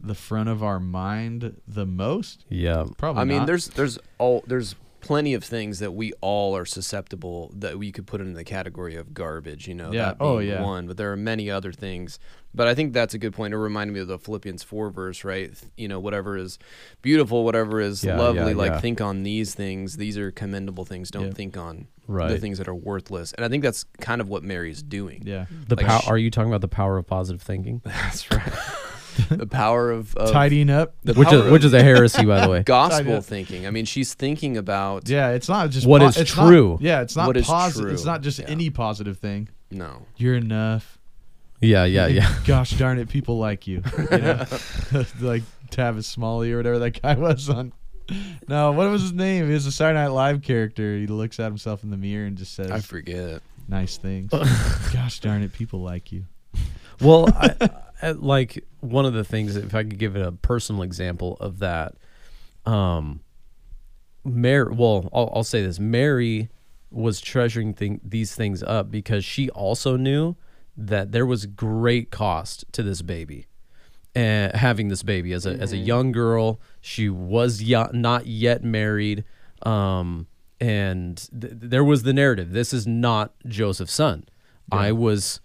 A: the front of our mind the most?
B: yeah.
A: Probably.
C: I mean,
A: not.
C: there's there's all there's plenty of things that we all are susceptible that we could put in the category of garbage. You know,
A: Yeah.
C: that
A: Oh,
C: being
A: yeah.
C: One, but there are many other things. But I think that's a good point. It reminded me of the Philippians four verse, right? Th- You know, whatever is beautiful, whatever is
B: Yeah,
C: lovely,
B: yeah,
C: like
B: yeah.
C: think on these things. These are commendable things. Don't
A: Yeah.
C: think on the
B: Right.
C: things that are worthless. And I think that's kind of what Mary's doing.
A: yeah.
B: The
C: Like
B: pow-
C: sh-
B: are you talking about the power of positive thinking?
C: *laughs* That's right. the power of, of
A: Tidying up.
C: the
B: which
C: power
B: is
C: of
B: which is a heresy, by the way.
A: Tidy
C: gospel
A: up.
C: thinking. I mean, she's thinking about
A: Yeah, it's not just
B: What is
A: it's not-
B: true.
A: yeah, it's not
C: What is
A: positive.
C: true.
A: It's not just
C: Yeah.
A: any positive thing.
C: no.
A: You're enough.
B: Yeah, yeah, yeah.
A: *laughs* Gosh darn it, people like you. you
C: *laughs*
A: know? *laughs* like Tavis Smalley or whatever that guy *laughs* was on. No, what was his name? He was a Saturday Night Live character. He looks at himself in the mirror and just says
C: I forget.
A: nice
C: *laughs*
A: things. Gosh darn it, people like you.
B: Well, I, I, like one of the things, if I could give it a personal example of that, um, Mary. Well, I'll, I'll say this: Mary was treasuring thing, these things up because she also knew that there was great cost to this baby, and having this baby as a as a young girl, she was yo- not yet married, um, and th- there was the narrative: this is not Joseph's son. I was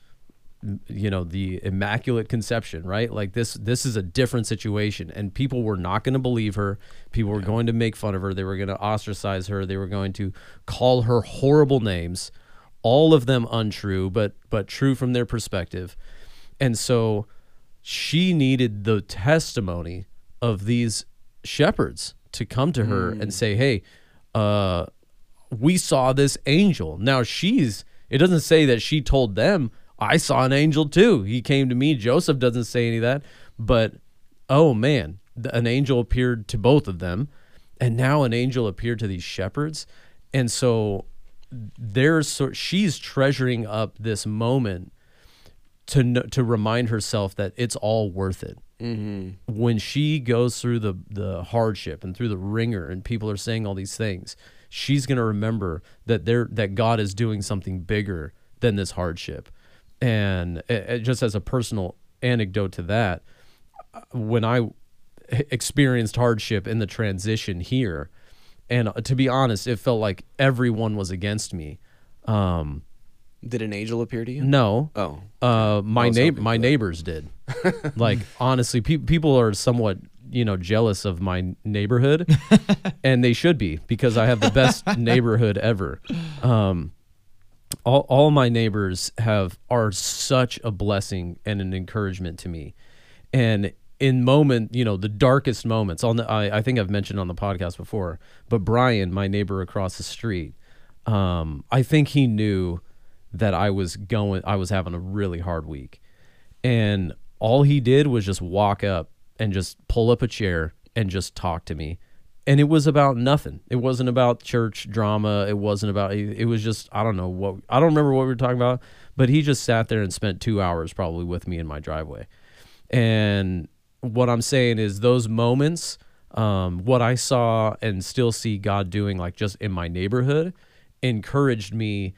B: you know the immaculate conception right like this this is a different situation and people were not going to believe her people were going to make fun of her they were going to ostracize her they were going to call her horrible names all of them untrue but but true from their perspective and so she needed the testimony of these shepherds to come to her and say hey uh we saw this angel. Now she's it doesn't say that she told them, I saw an angel too. He came to me. Joseph doesn't say any of that, but oh man, th- an angel appeared to both of them, and now an angel appeared to these shepherds. And so they're sort she's treasuring up this moment to kn- to remind herself that it's all worth it.
C: Mm-hmm.
B: when she goes through the the hardship and through the ringer and people are saying all these things she's going to remember that there that god is doing something bigger than this hardship and it, it- just as a personal anecdote to that uh, when i experienced hardship in the transition here and uh, to be honest it felt like everyone was against me um
C: Did an angel appear to you?
B: no
C: Oh,
B: uh, my
C: was
B: neighbor,
C: hoping
B: my neighbors did.
C: *laughs*
B: like honestly, pe- people are somewhat you know jealous of my
C: *laughs*
B: neighborhood, and they should be because I have the best neighborhood ever. Um, all all my neighbors have are such a blessing and an encouragement to me, and in moment you know the darkest moments on the, I, I think I've mentioned on the podcast before, but Brian, my neighbor across the street, um, I think he knew that I was going I was having a really hard week. And all he did was just walk up and just pull up a chair and just talk to me. And it was about nothing. It wasn't about church drama. It wasn't about e, it it was just I don't know what I don't remember what we were talking about, but he just sat there and spent 2 hours probably with me in my driveway. And what I'm saying is those moments, um, what I saw and still see God doing, like just in my neighborhood, encouraged me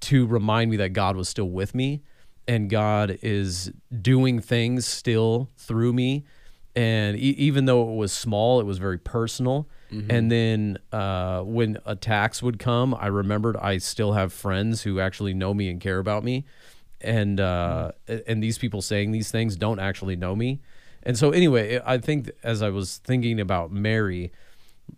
B: to remind me that God was still with me and God is doing things still through me. And e- even though it was small, it was very personal. And then uh, when attacks would come, I remembered I still have friends who actually know me and care about me. And uh, a- and these people saying these things don't actually know me. And so anyway, I I think as I was thinking about Mary,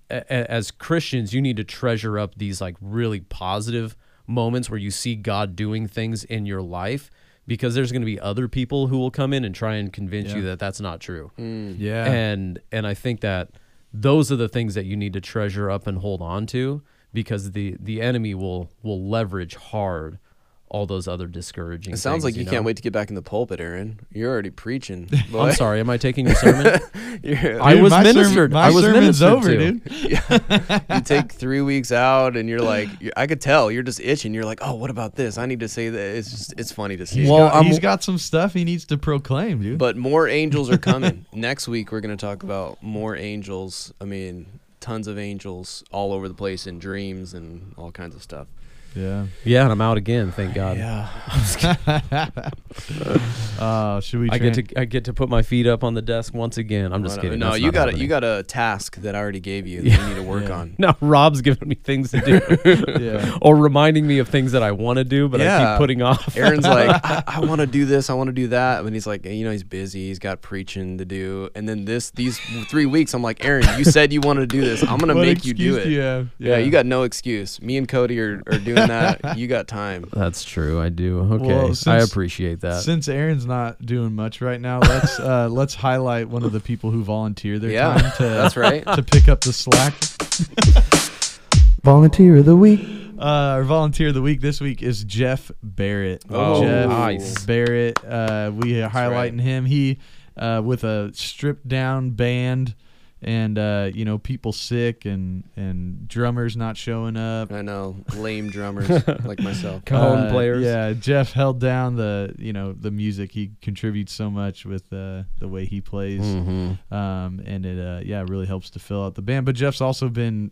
B: a- a- as Christians, you need to treasure up these like really positive moments where you see God doing things in your life because there's going to be other people who will come in and try and convince you
A: Yeah.
B: that that's not true.
C: Mm.
A: Yeah.
B: And and I think that those are the things that you need to treasure up and hold on to because the the enemy will will leverage hard all those other discouraging
C: it
B: things,
C: sounds like you,
B: know?
C: can't wait to get back in the pulpit, Aaron. You're
B: *laughs*
C: already preaching. *laughs*
B: I'm sorry, am I taking a sermon? *laughs*
C: You're-
B: I
A: Dude,
B: was
A: my sermon-
B: ministered.
A: my
B: I was
A: sermon's
B: ministered
A: over,
B: to.
A: dude.
C: you take three weeks out, and you're like, you're, I could tell you're just itching. You're like, oh, what about this? I need to say that. It's just, it's funny to see.
A: He's
B: Well,
A: got-
B: I'm-
A: he's got some stuff he needs to proclaim, dude.
C: But more angels
B: *laughs*
C: are coming. Next week, we're going to talk about more angels. I mean, tons of angels all over the place in dreams and all kinds of stuff.
A: yeah.
B: Yeah, and I'm out again, thank God.
C: Yeah.
A: Uh, should we?
B: I get
A: tran-
B: to I get to put my feet up on the desk once again. I'm just
C: Well,
B: kidding.
C: No,
B: that's
C: you
B: not
C: got a,
B: happening.
C: you
B: *laughs*
C: got a task that I already gave you that you need to work
A: Yeah.
C: on.
B: Now Rob's giving me things to do,
A: *laughs* Yeah.
B: or reminding me of things that I want to do, but I
C: Yeah.
B: keep putting off.
C: *laughs* Aaron's
A: *laughs*
C: like, I, I want to do this, I want to do that, and he's like, you know, he's busy, he's got preaching to do, and then this these three weeks, I'm like, Aaron, you said you want to do this, I'm gonna
A: What
C: make you
A: excuse
C: do it.
A: you have?
C: Yeah. you got no excuse. Me and Cody are, are doing
A: *laughs*
C: that. you got time.
B: *laughs* That's true. I do. Okay,
A: Well,
B: I
A: since-
B: appreciate that.
A: Since Aaron's not doing much right now, let's
C: *laughs*
A: uh, let's highlight one of the people who volunteer their
C: Yeah,
A: time to *laughs*
C: that's right.
A: to pick up the slack.
B: *laughs* Volunteer of the week.
A: Uh, our volunteer of the week this week is Jeff Barrett.
B: Oh,
A: Jeff
B: nice.
A: Barrett. Uh, we are
C: right.
A: highlighting him. He uh, with a stripped down band, and uh, you know people sick and and drummers not showing up.
C: I know,
A: *laughs*
C: lame drummers like myself.
B: Cajon
A: Uh,
B: players.
A: Yeah, Jeff held down the you know the music. He contributes so much with uh, the way he plays,
C: Hmm.
A: um, and it uh, yeah really helps to fill out the band. But Jeff's also been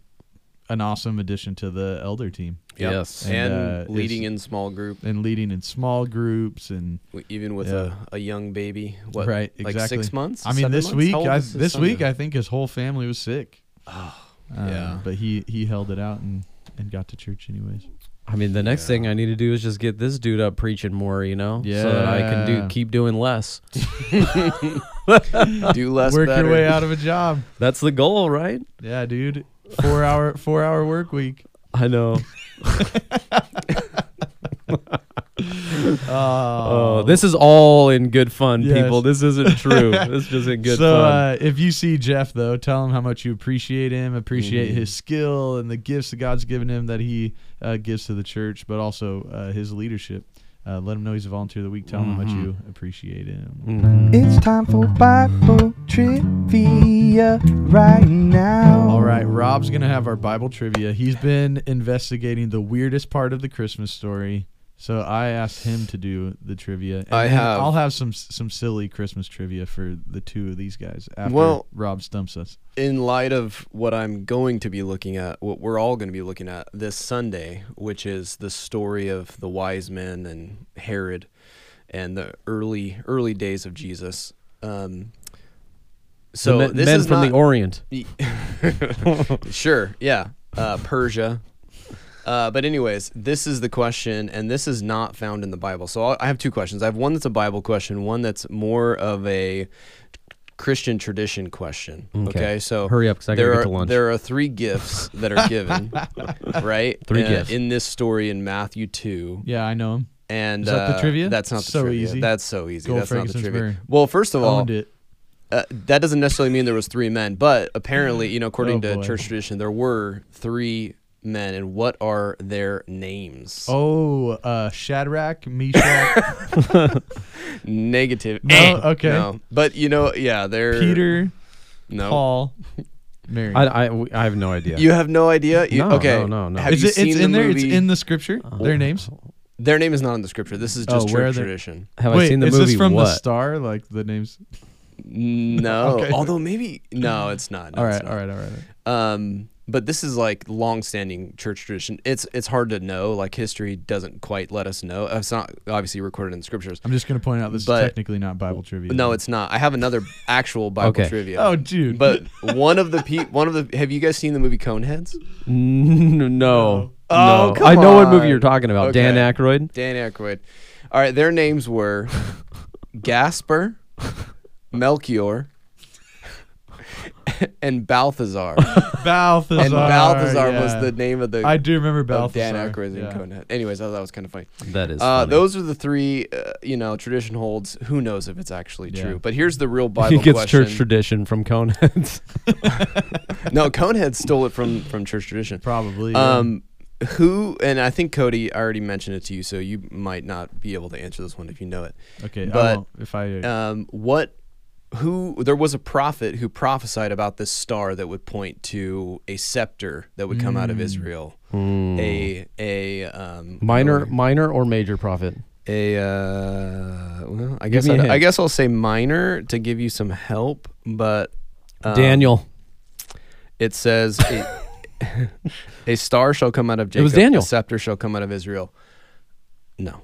A: an awesome addition to the elder team
C: Yep.
B: Yes.
C: and,
A: And, uh,
C: leading
A: is-
C: in small group,
A: and leading in small groups and
C: w- even with
A: Yeah.
C: a, a young baby. What,
A: right
C: like
A: exactly.
C: six months?
A: I mean,
C: Seven
A: this
C: months?
A: week
C: How old
A: I,
C: is his
A: this
C: son
A: week
C: now? Oh,
A: I think his whole family was sick. Um,
C: yeah.
A: but he he held it out and and got to church anyways.
B: I mean, the next thing I need to do is just get this dude up preaching more, you know, so that I can
A: Yeah.
B: do keep doing less.
C: *laughs* do less
A: Work
C: better.
A: your way out of a job.
B: That's the goal, right?
A: Yeah, dude. Four hour four hour work week.
C: *laughs*
B: I know.
A: Oh,
B: Oh, this is all in good fun,
A: Yes.
B: people. This isn't true. this isn't good
A: so,
B: fun.
A: uh, if you see Jeff, though, tell him how much you appreciate him, appreciate
C: Mm-hmm.
A: his skill and the gifts that God's given him that he uh, gives to the church, but also uh, his leadership. Uh, let him know he's a volunteer of the week. Tell him
C: Mm-hmm.
A: how much you appreciate him.
B: Mm.
D: It's time for Bible trivia right now.
A: All right, Rob's going to have our Bible trivia. He's been investigating the weirdest part of the Christmas story. So I asked him to do the trivia. and
C: I
A: then
C: have-
A: I'll have some some silly Christmas trivia for the two of these guys after
C: Well-
A: Rob stumps us.
C: in light of what I'm going to be looking at, what we're all going to be looking at this Sunday, which is the story of the wise men and Herod and the early early days of Jesus. Um,
B: the
C: so
B: men,
C: this
B: men
C: is
B: from
C: not,
B: the Orient. *laughs*
C: sure, yeah, uh, Persia. Uh, but anyways, this is the question, and this is not found in the Bible. So I'll, I have two questions. I have one that's a Bible question, one that's more of a Christian tradition question. Okay,
B: Mm, Okay.
C: so
B: Hurry up, 'cause I gotta
C: Oh, there
B: get
C: are
B: to lunch.
C: there are three gifts that
B: *laughs*
C: are given, right?
B: Three
C: Uh,
B: gifts.
C: in this story in Matthew two.
A: Yeah, I know him.
C: And
A: Is that the
C: uh,
A: trivia?
C: That's not the
A: So
C: trivia.
A: easy.
C: That's so easy.
A: Gold
C: that's not the
A: Ferguson's
C: trivia.
A: burn.
C: Well, first of all,
A: Owned it.
C: uh, that doesn't necessarily mean there was three men, but apparently, you know, according
A: Oh,
C: to
A: boy.
C: church tradition, there were three men. And what are their names?
A: Oh, uh, Shadrach,
C: *laughs*
A: Meshach,
C: negative.
A: No,
C: Eh.
A: okay.
C: No. But you know, yeah, they're
A: Peter,
C: No,
A: Paul, Mary.
B: I, I, we- I have no idea.
C: you have no idea. You,
B: No,
C: okay,
B: no, no, no.
C: Have
A: Is
C: you
A: it,
C: seen
A: it's
C: the
A: in there. It's
C: movie- Uh,
A: in the scripture. Their names.
C: Their name is not in the scripture. This is
A: Oh,
C: just
A: where are
C: church
A: they- *laughs*
C: tradition.
B: have
A: Wait,
B: I seen the
A: is
B: movie?
A: this from
B: what?
A: the star? Like the names.
C: No,
A: Okay.
C: although maybe no, it's not. No,
A: all
C: it's
A: right,
C: not.
A: all right, all right.
C: Um, but this is like long-standing church tradition. It's it's hard to know. Like history doesn't quite let us know. It's not obviously recorded in the scriptures.
A: I'm just gonna point out this
C: But-
A: is technically not Bible trivia.
C: No, it's not. I have another actual Bible
B: Okay.
C: trivia.
A: Oh, dude.
C: but one of the pe- one of the have you guys seen the movie Coneheads?
B: *laughs* no, no.
C: Oh,
B: no.
C: come
B: I know what movie
C: on.
B: you're talking about. Dan
C: Okay.
B: Aykroyd.
C: Dan Aykroyd. All right, their names were Gasper, Melchior, and Balthazar.
A: *laughs* Balthazar.
C: and Balthazar was
A: yeah.
C: the name of the
A: I do remember
C: of
A: Balthazar.
C: Dan Aykroyd
A: yeah.
C: in Conehead. Anyways, I thought that was kind of funny.
B: That is.
C: Uh,
B: funny. *laughs*
C: those are the three, uh, you know, tradition holds. Who knows if it's actually
A: Yeah.
C: true? But here's
A: *laughs*
C: the real Bible
B: he gets
C: question.
B: church tradition from Coneheads.
C: no, Conehead stole it from from church tradition.
A: Probably. yeah.
C: Um, who and I think Cody, I already mentioned it to you, so you might not be able to answer this one if you know it.
A: okay. I
C: but,
A: won't if I
C: Um, what? Who? There was a prophet who prophesied about this star that would point to a scepter that would come out
B: Hmm.
C: of Israel. A a um,
B: *laughs* minor, minor or major prophet.
C: a uh, well, I guess
B: me a
C: I,
B: hint.
C: I guess I'll say minor to give you some help, but um,
B: Daniel.
C: It says,
B: *laughs*
C: a, "A star shall come out of Jacob.
B: was Daniel.
C: A scepter shall come out of Israel." No,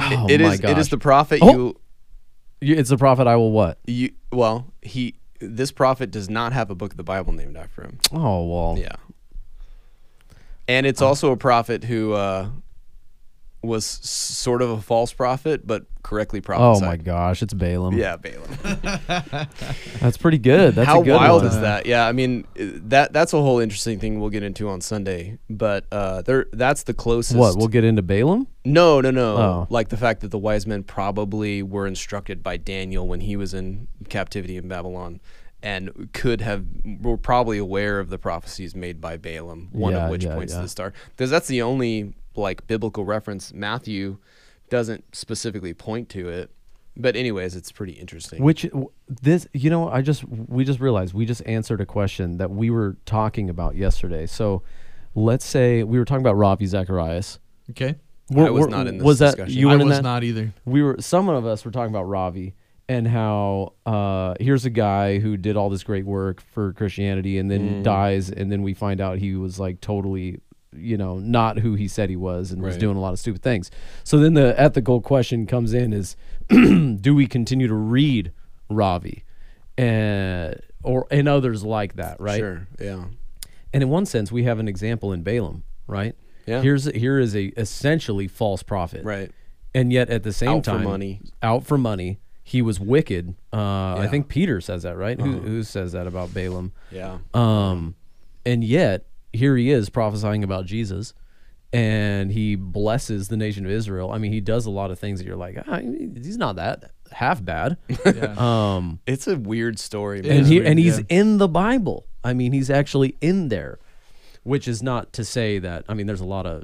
B: Oh
C: it
B: my
C: is. It
B: gosh.
C: is the prophet.
B: Oh.
C: You,
B: You- It's the prophet I will what?
C: you. Well, he. This prophet does not have a book of the Bible named after him.
B: Oh well.
C: Yeah, and
B: Oh.
C: it's also a prophet who uh, was s- sort of a false prophet, but correctly
B: Oh
C: prophesied.
B: my gosh, it's Balaam.
C: Yeah, Balaam.
B: that's pretty good. That's
C: How
B: a good
C: wild
B: one.
C: is that? Yeah, I mean i- that that's a whole interesting thing we'll get into on Sunday. But uh, there, that's the closest.
B: What? We'll get into Balaam.
C: No, no, no.
B: Oh.
C: Like the fact that the wise men probably were instructed by Daniel when he was in captivity in Babylon and could have were probably aware of the prophecies made by Balaam, one
B: Yeah,
C: of which
B: yeah,
C: points
B: yeah.
C: to the star. Because that's the only like biblical reference Matthew doesn't specifically point to it. But anyways, it's pretty interesting.
B: Which w- this, you know, I just we just realized we just answered a question that we were talking about yesterday. So, let's say we were talking about Ravi Zacharias.
A: okay.
B: We're-
C: I was
B: we're-
C: not in this
B: was that
C: discussion.
B: you
A: I
B: were
A: was
B: in that?
A: not either.
B: we were some of us were talking about Ravi and how uh, here's a guy who did all this great work for Christianity and
C: Mm.
B: then dies and then we find out he was like totally you know not who he said he was and was
C: Right.
B: doing a lot of stupid things. So then the ethical question comes in is *clears throat* do we continue to read Ravi and or and others like that, right?
C: Sure. Yeah.
B: And in one sense, we have an example in Balaam, right?
C: Yeah.
B: Here's here is a essentially false prophet,
C: Right.
B: And yet at the same
C: Out for
B: time,
C: money.
B: out for money, he was wicked. Uh, I
C: Yeah. Uh-huh.
B: think Peter says that, right? Who, who says that about Balaam?
C: Yeah.
B: Um, and yet here he is prophesying about Jesus, and he blesses the nation of Israel. I mean, he does a lot of things that you're like, ah, he's not that half
C: *laughs*
B: bad.
C: Uh,
B: um,
C: It's a weird story, man.
B: and
A: is
B: he
A: weird,
B: and he's
A: yeah.
B: in the Bible. I mean, he's actually in there, which is not to say that. I mean, there's a lot of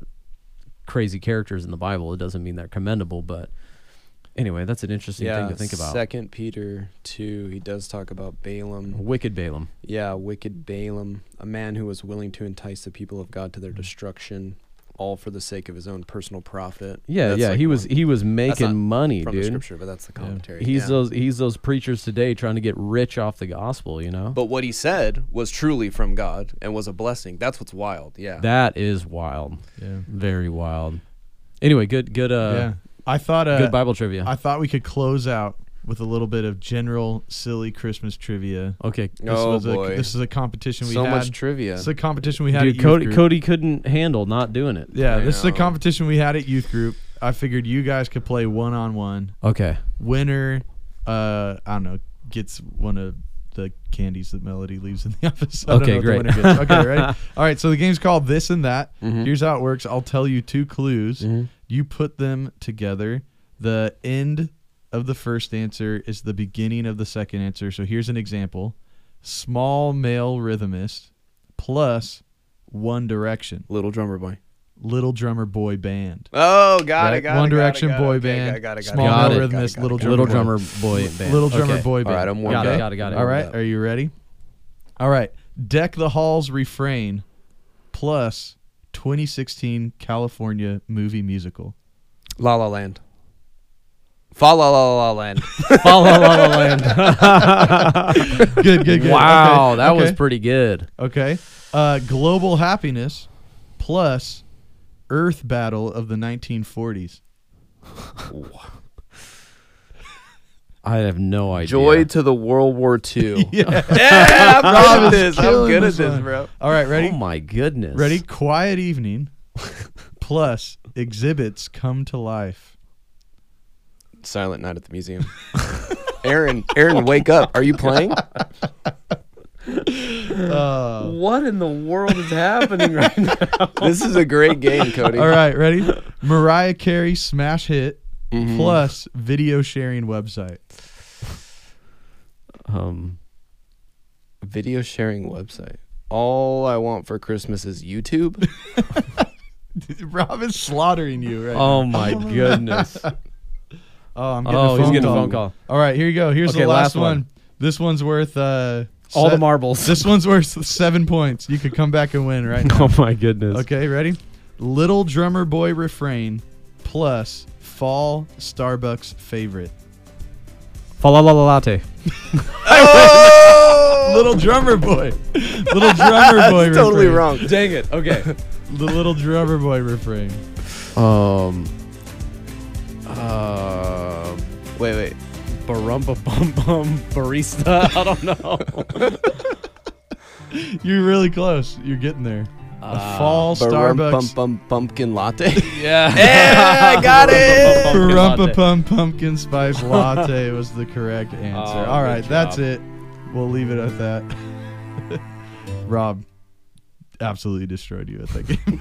B: crazy characters in the Bible. It doesn't mean they're commendable, but anyway, that's an interesting thing to think about.
C: Second Peter two, he does talk about Balaam.
B: Wicked Balaam.
A: Mm.
C: Yeah, wicked Balaam, a man who was willing to entice the people of God to their destruction. all for the sake of his own personal profit.
B: Yeah,
C: That's,
B: yeah.
C: like,
B: he was
C: one
B: he was making
C: not
B: money,
C: from the
B: dude.
C: scripture, but that's the commentary.
B: He's
C: yeah.
B: those he's those preachers today trying to get rich off the gospel, you know?
C: But what he said was truly from God and was a blessing. That's what's wild. Yeah.
B: that is wild.
A: Yeah.
B: Very wild. Anyway, good good uh
A: yeah. I thought uh,
B: good Bible trivia.
A: I thought we could close out with a little bit of general silly Christmas trivia.
B: okay.
A: This
C: Oh,
A: was a,
C: boy.
A: This is a competition we
C: so
A: had.
C: much trivia.
A: It's a competition we had. at
B: Dude,
A: youth
B: Cody
A: group.
B: Cody couldn't handle not doing it.
A: Yeah,
C: I
A: this is a
C: know.
A: competition we had at youth group. I figured you guys could play one on one.
B: Okay.
A: Winner, uh, I don't know, gets one of the candies that Melody leaves in the *laughs* office. I don't
B: Okay,
A: know what the
B: great.
A: winner gets. Okay,
B: *laughs*
A: ready? All right, so the game's called This and That.
B: Mm-hmm.
A: Here's how it works. I'll tell you two clues. You put them together. The end of the first answer is the beginning of the second answer. So here's an example: small male rhythmist plus One Direction,
C: Little drummer boy.
A: Little Drummer Boy Band.
C: Oh, got
A: Right?
C: it. Got
A: One
C: it, got
A: Direction
C: it, got it,
A: boy
C: okay,
A: band,
C: Got it, got it, got
A: small
C: it, got
B: male
C: it, got
A: rhythmist,
C: it,
A: little
C: got it.
B: Little
A: Drummer
B: drummer boy band.
A: Little Drummer
B: Okay.
A: Boy
C: All
A: Band.
C: right, I'm warmed
B: Got it,
C: up.
B: got it, got it.
A: All right,
C: up.
A: are you ready? All right. Deck the Halls refrain plus 2016 California movie musical.
C: La La Land. Fa La La
A: *laughs*
C: La Land.
B: Follow La La Land.
A: Good, good, good.
B: Wow,
A: Okay,
B: that was
A: okay,
B: pretty good.
A: Okay. Uh, global happiness plus Earth Battle of the 1940s.
B: I have no idea.
C: Joy to the World War II.
A: *laughs* *laughs* Yeah.
C: yeah, I'm good at this. I'm
A: killing
C: good at
A: this
C: this,
A: one.
C: bro.
A: All right, ready?
B: Oh my goodness.
A: Ready? Quiet Evening plus Exhibits Come to Life.
C: Silent Night at the Museum. Aaron, Aaron, wake up. Are you playing?
A: Uh,
B: What in the world is happening right now?
C: This is a great game, Cody.
A: all right,
B: *laughs*
A: ready? Mariah Carey smash hit
B: Mm-hmm.
A: plus video sharing website. *laughs*
B: Um
C: Video sharing website. All I want for Christmas is
A: *laughs*
C: YouTube.
A: Rob is slaughtering you right
B: Oh my goodness.
A: now. Oh, I'm getting a
B: oh,
A: phone
B: he's getting
A: call.
B: a phone call.
A: All right, here you go. Here's
B: Okay,
A: the last,
B: last one.
A: one. This one's worth uh,
B: All the
A: se-
B: marbles.
A: *laughs* This one's worth seven points. You could come back and win right now.
B: my goodness.
A: okay, ready? Little drummer boy refrain plus fall Starbucks favorite.
B: Falala latte.
A: Little drummer boy. *laughs* little
B: *laughs*
A: drummer boy.
C: totally
A: refrain.
C: wrong.
B: Dang it. Okay.
A: The little drummer boy refrain.
B: um
C: Uh, wait, wait.
B: barumba bum bum barista. I don't know.
A: You're really close. You're getting there. A fall Starbucks.
C: Bum, bum, pumpkin latte. *laughs*
B: yeah.
C: Yeah, I got it.
A: Parumpa pum pumpkin spice latte was the correct answer.
B: Oh,
A: All
B: good
A: right, that's
B: job.
A: it. We'll leave it at that. *laughs* Rob absolutely destroyed you at that game.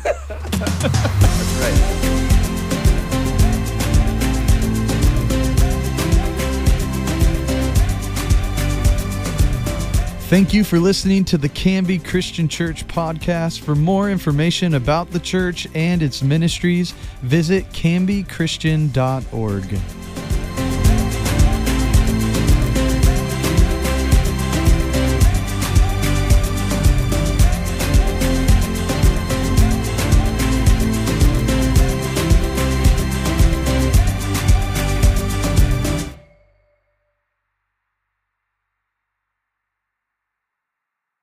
A: Thank you for listening to the Canby Christian Church podcast. For more information about the church and its ministries, visit canbychristian.org.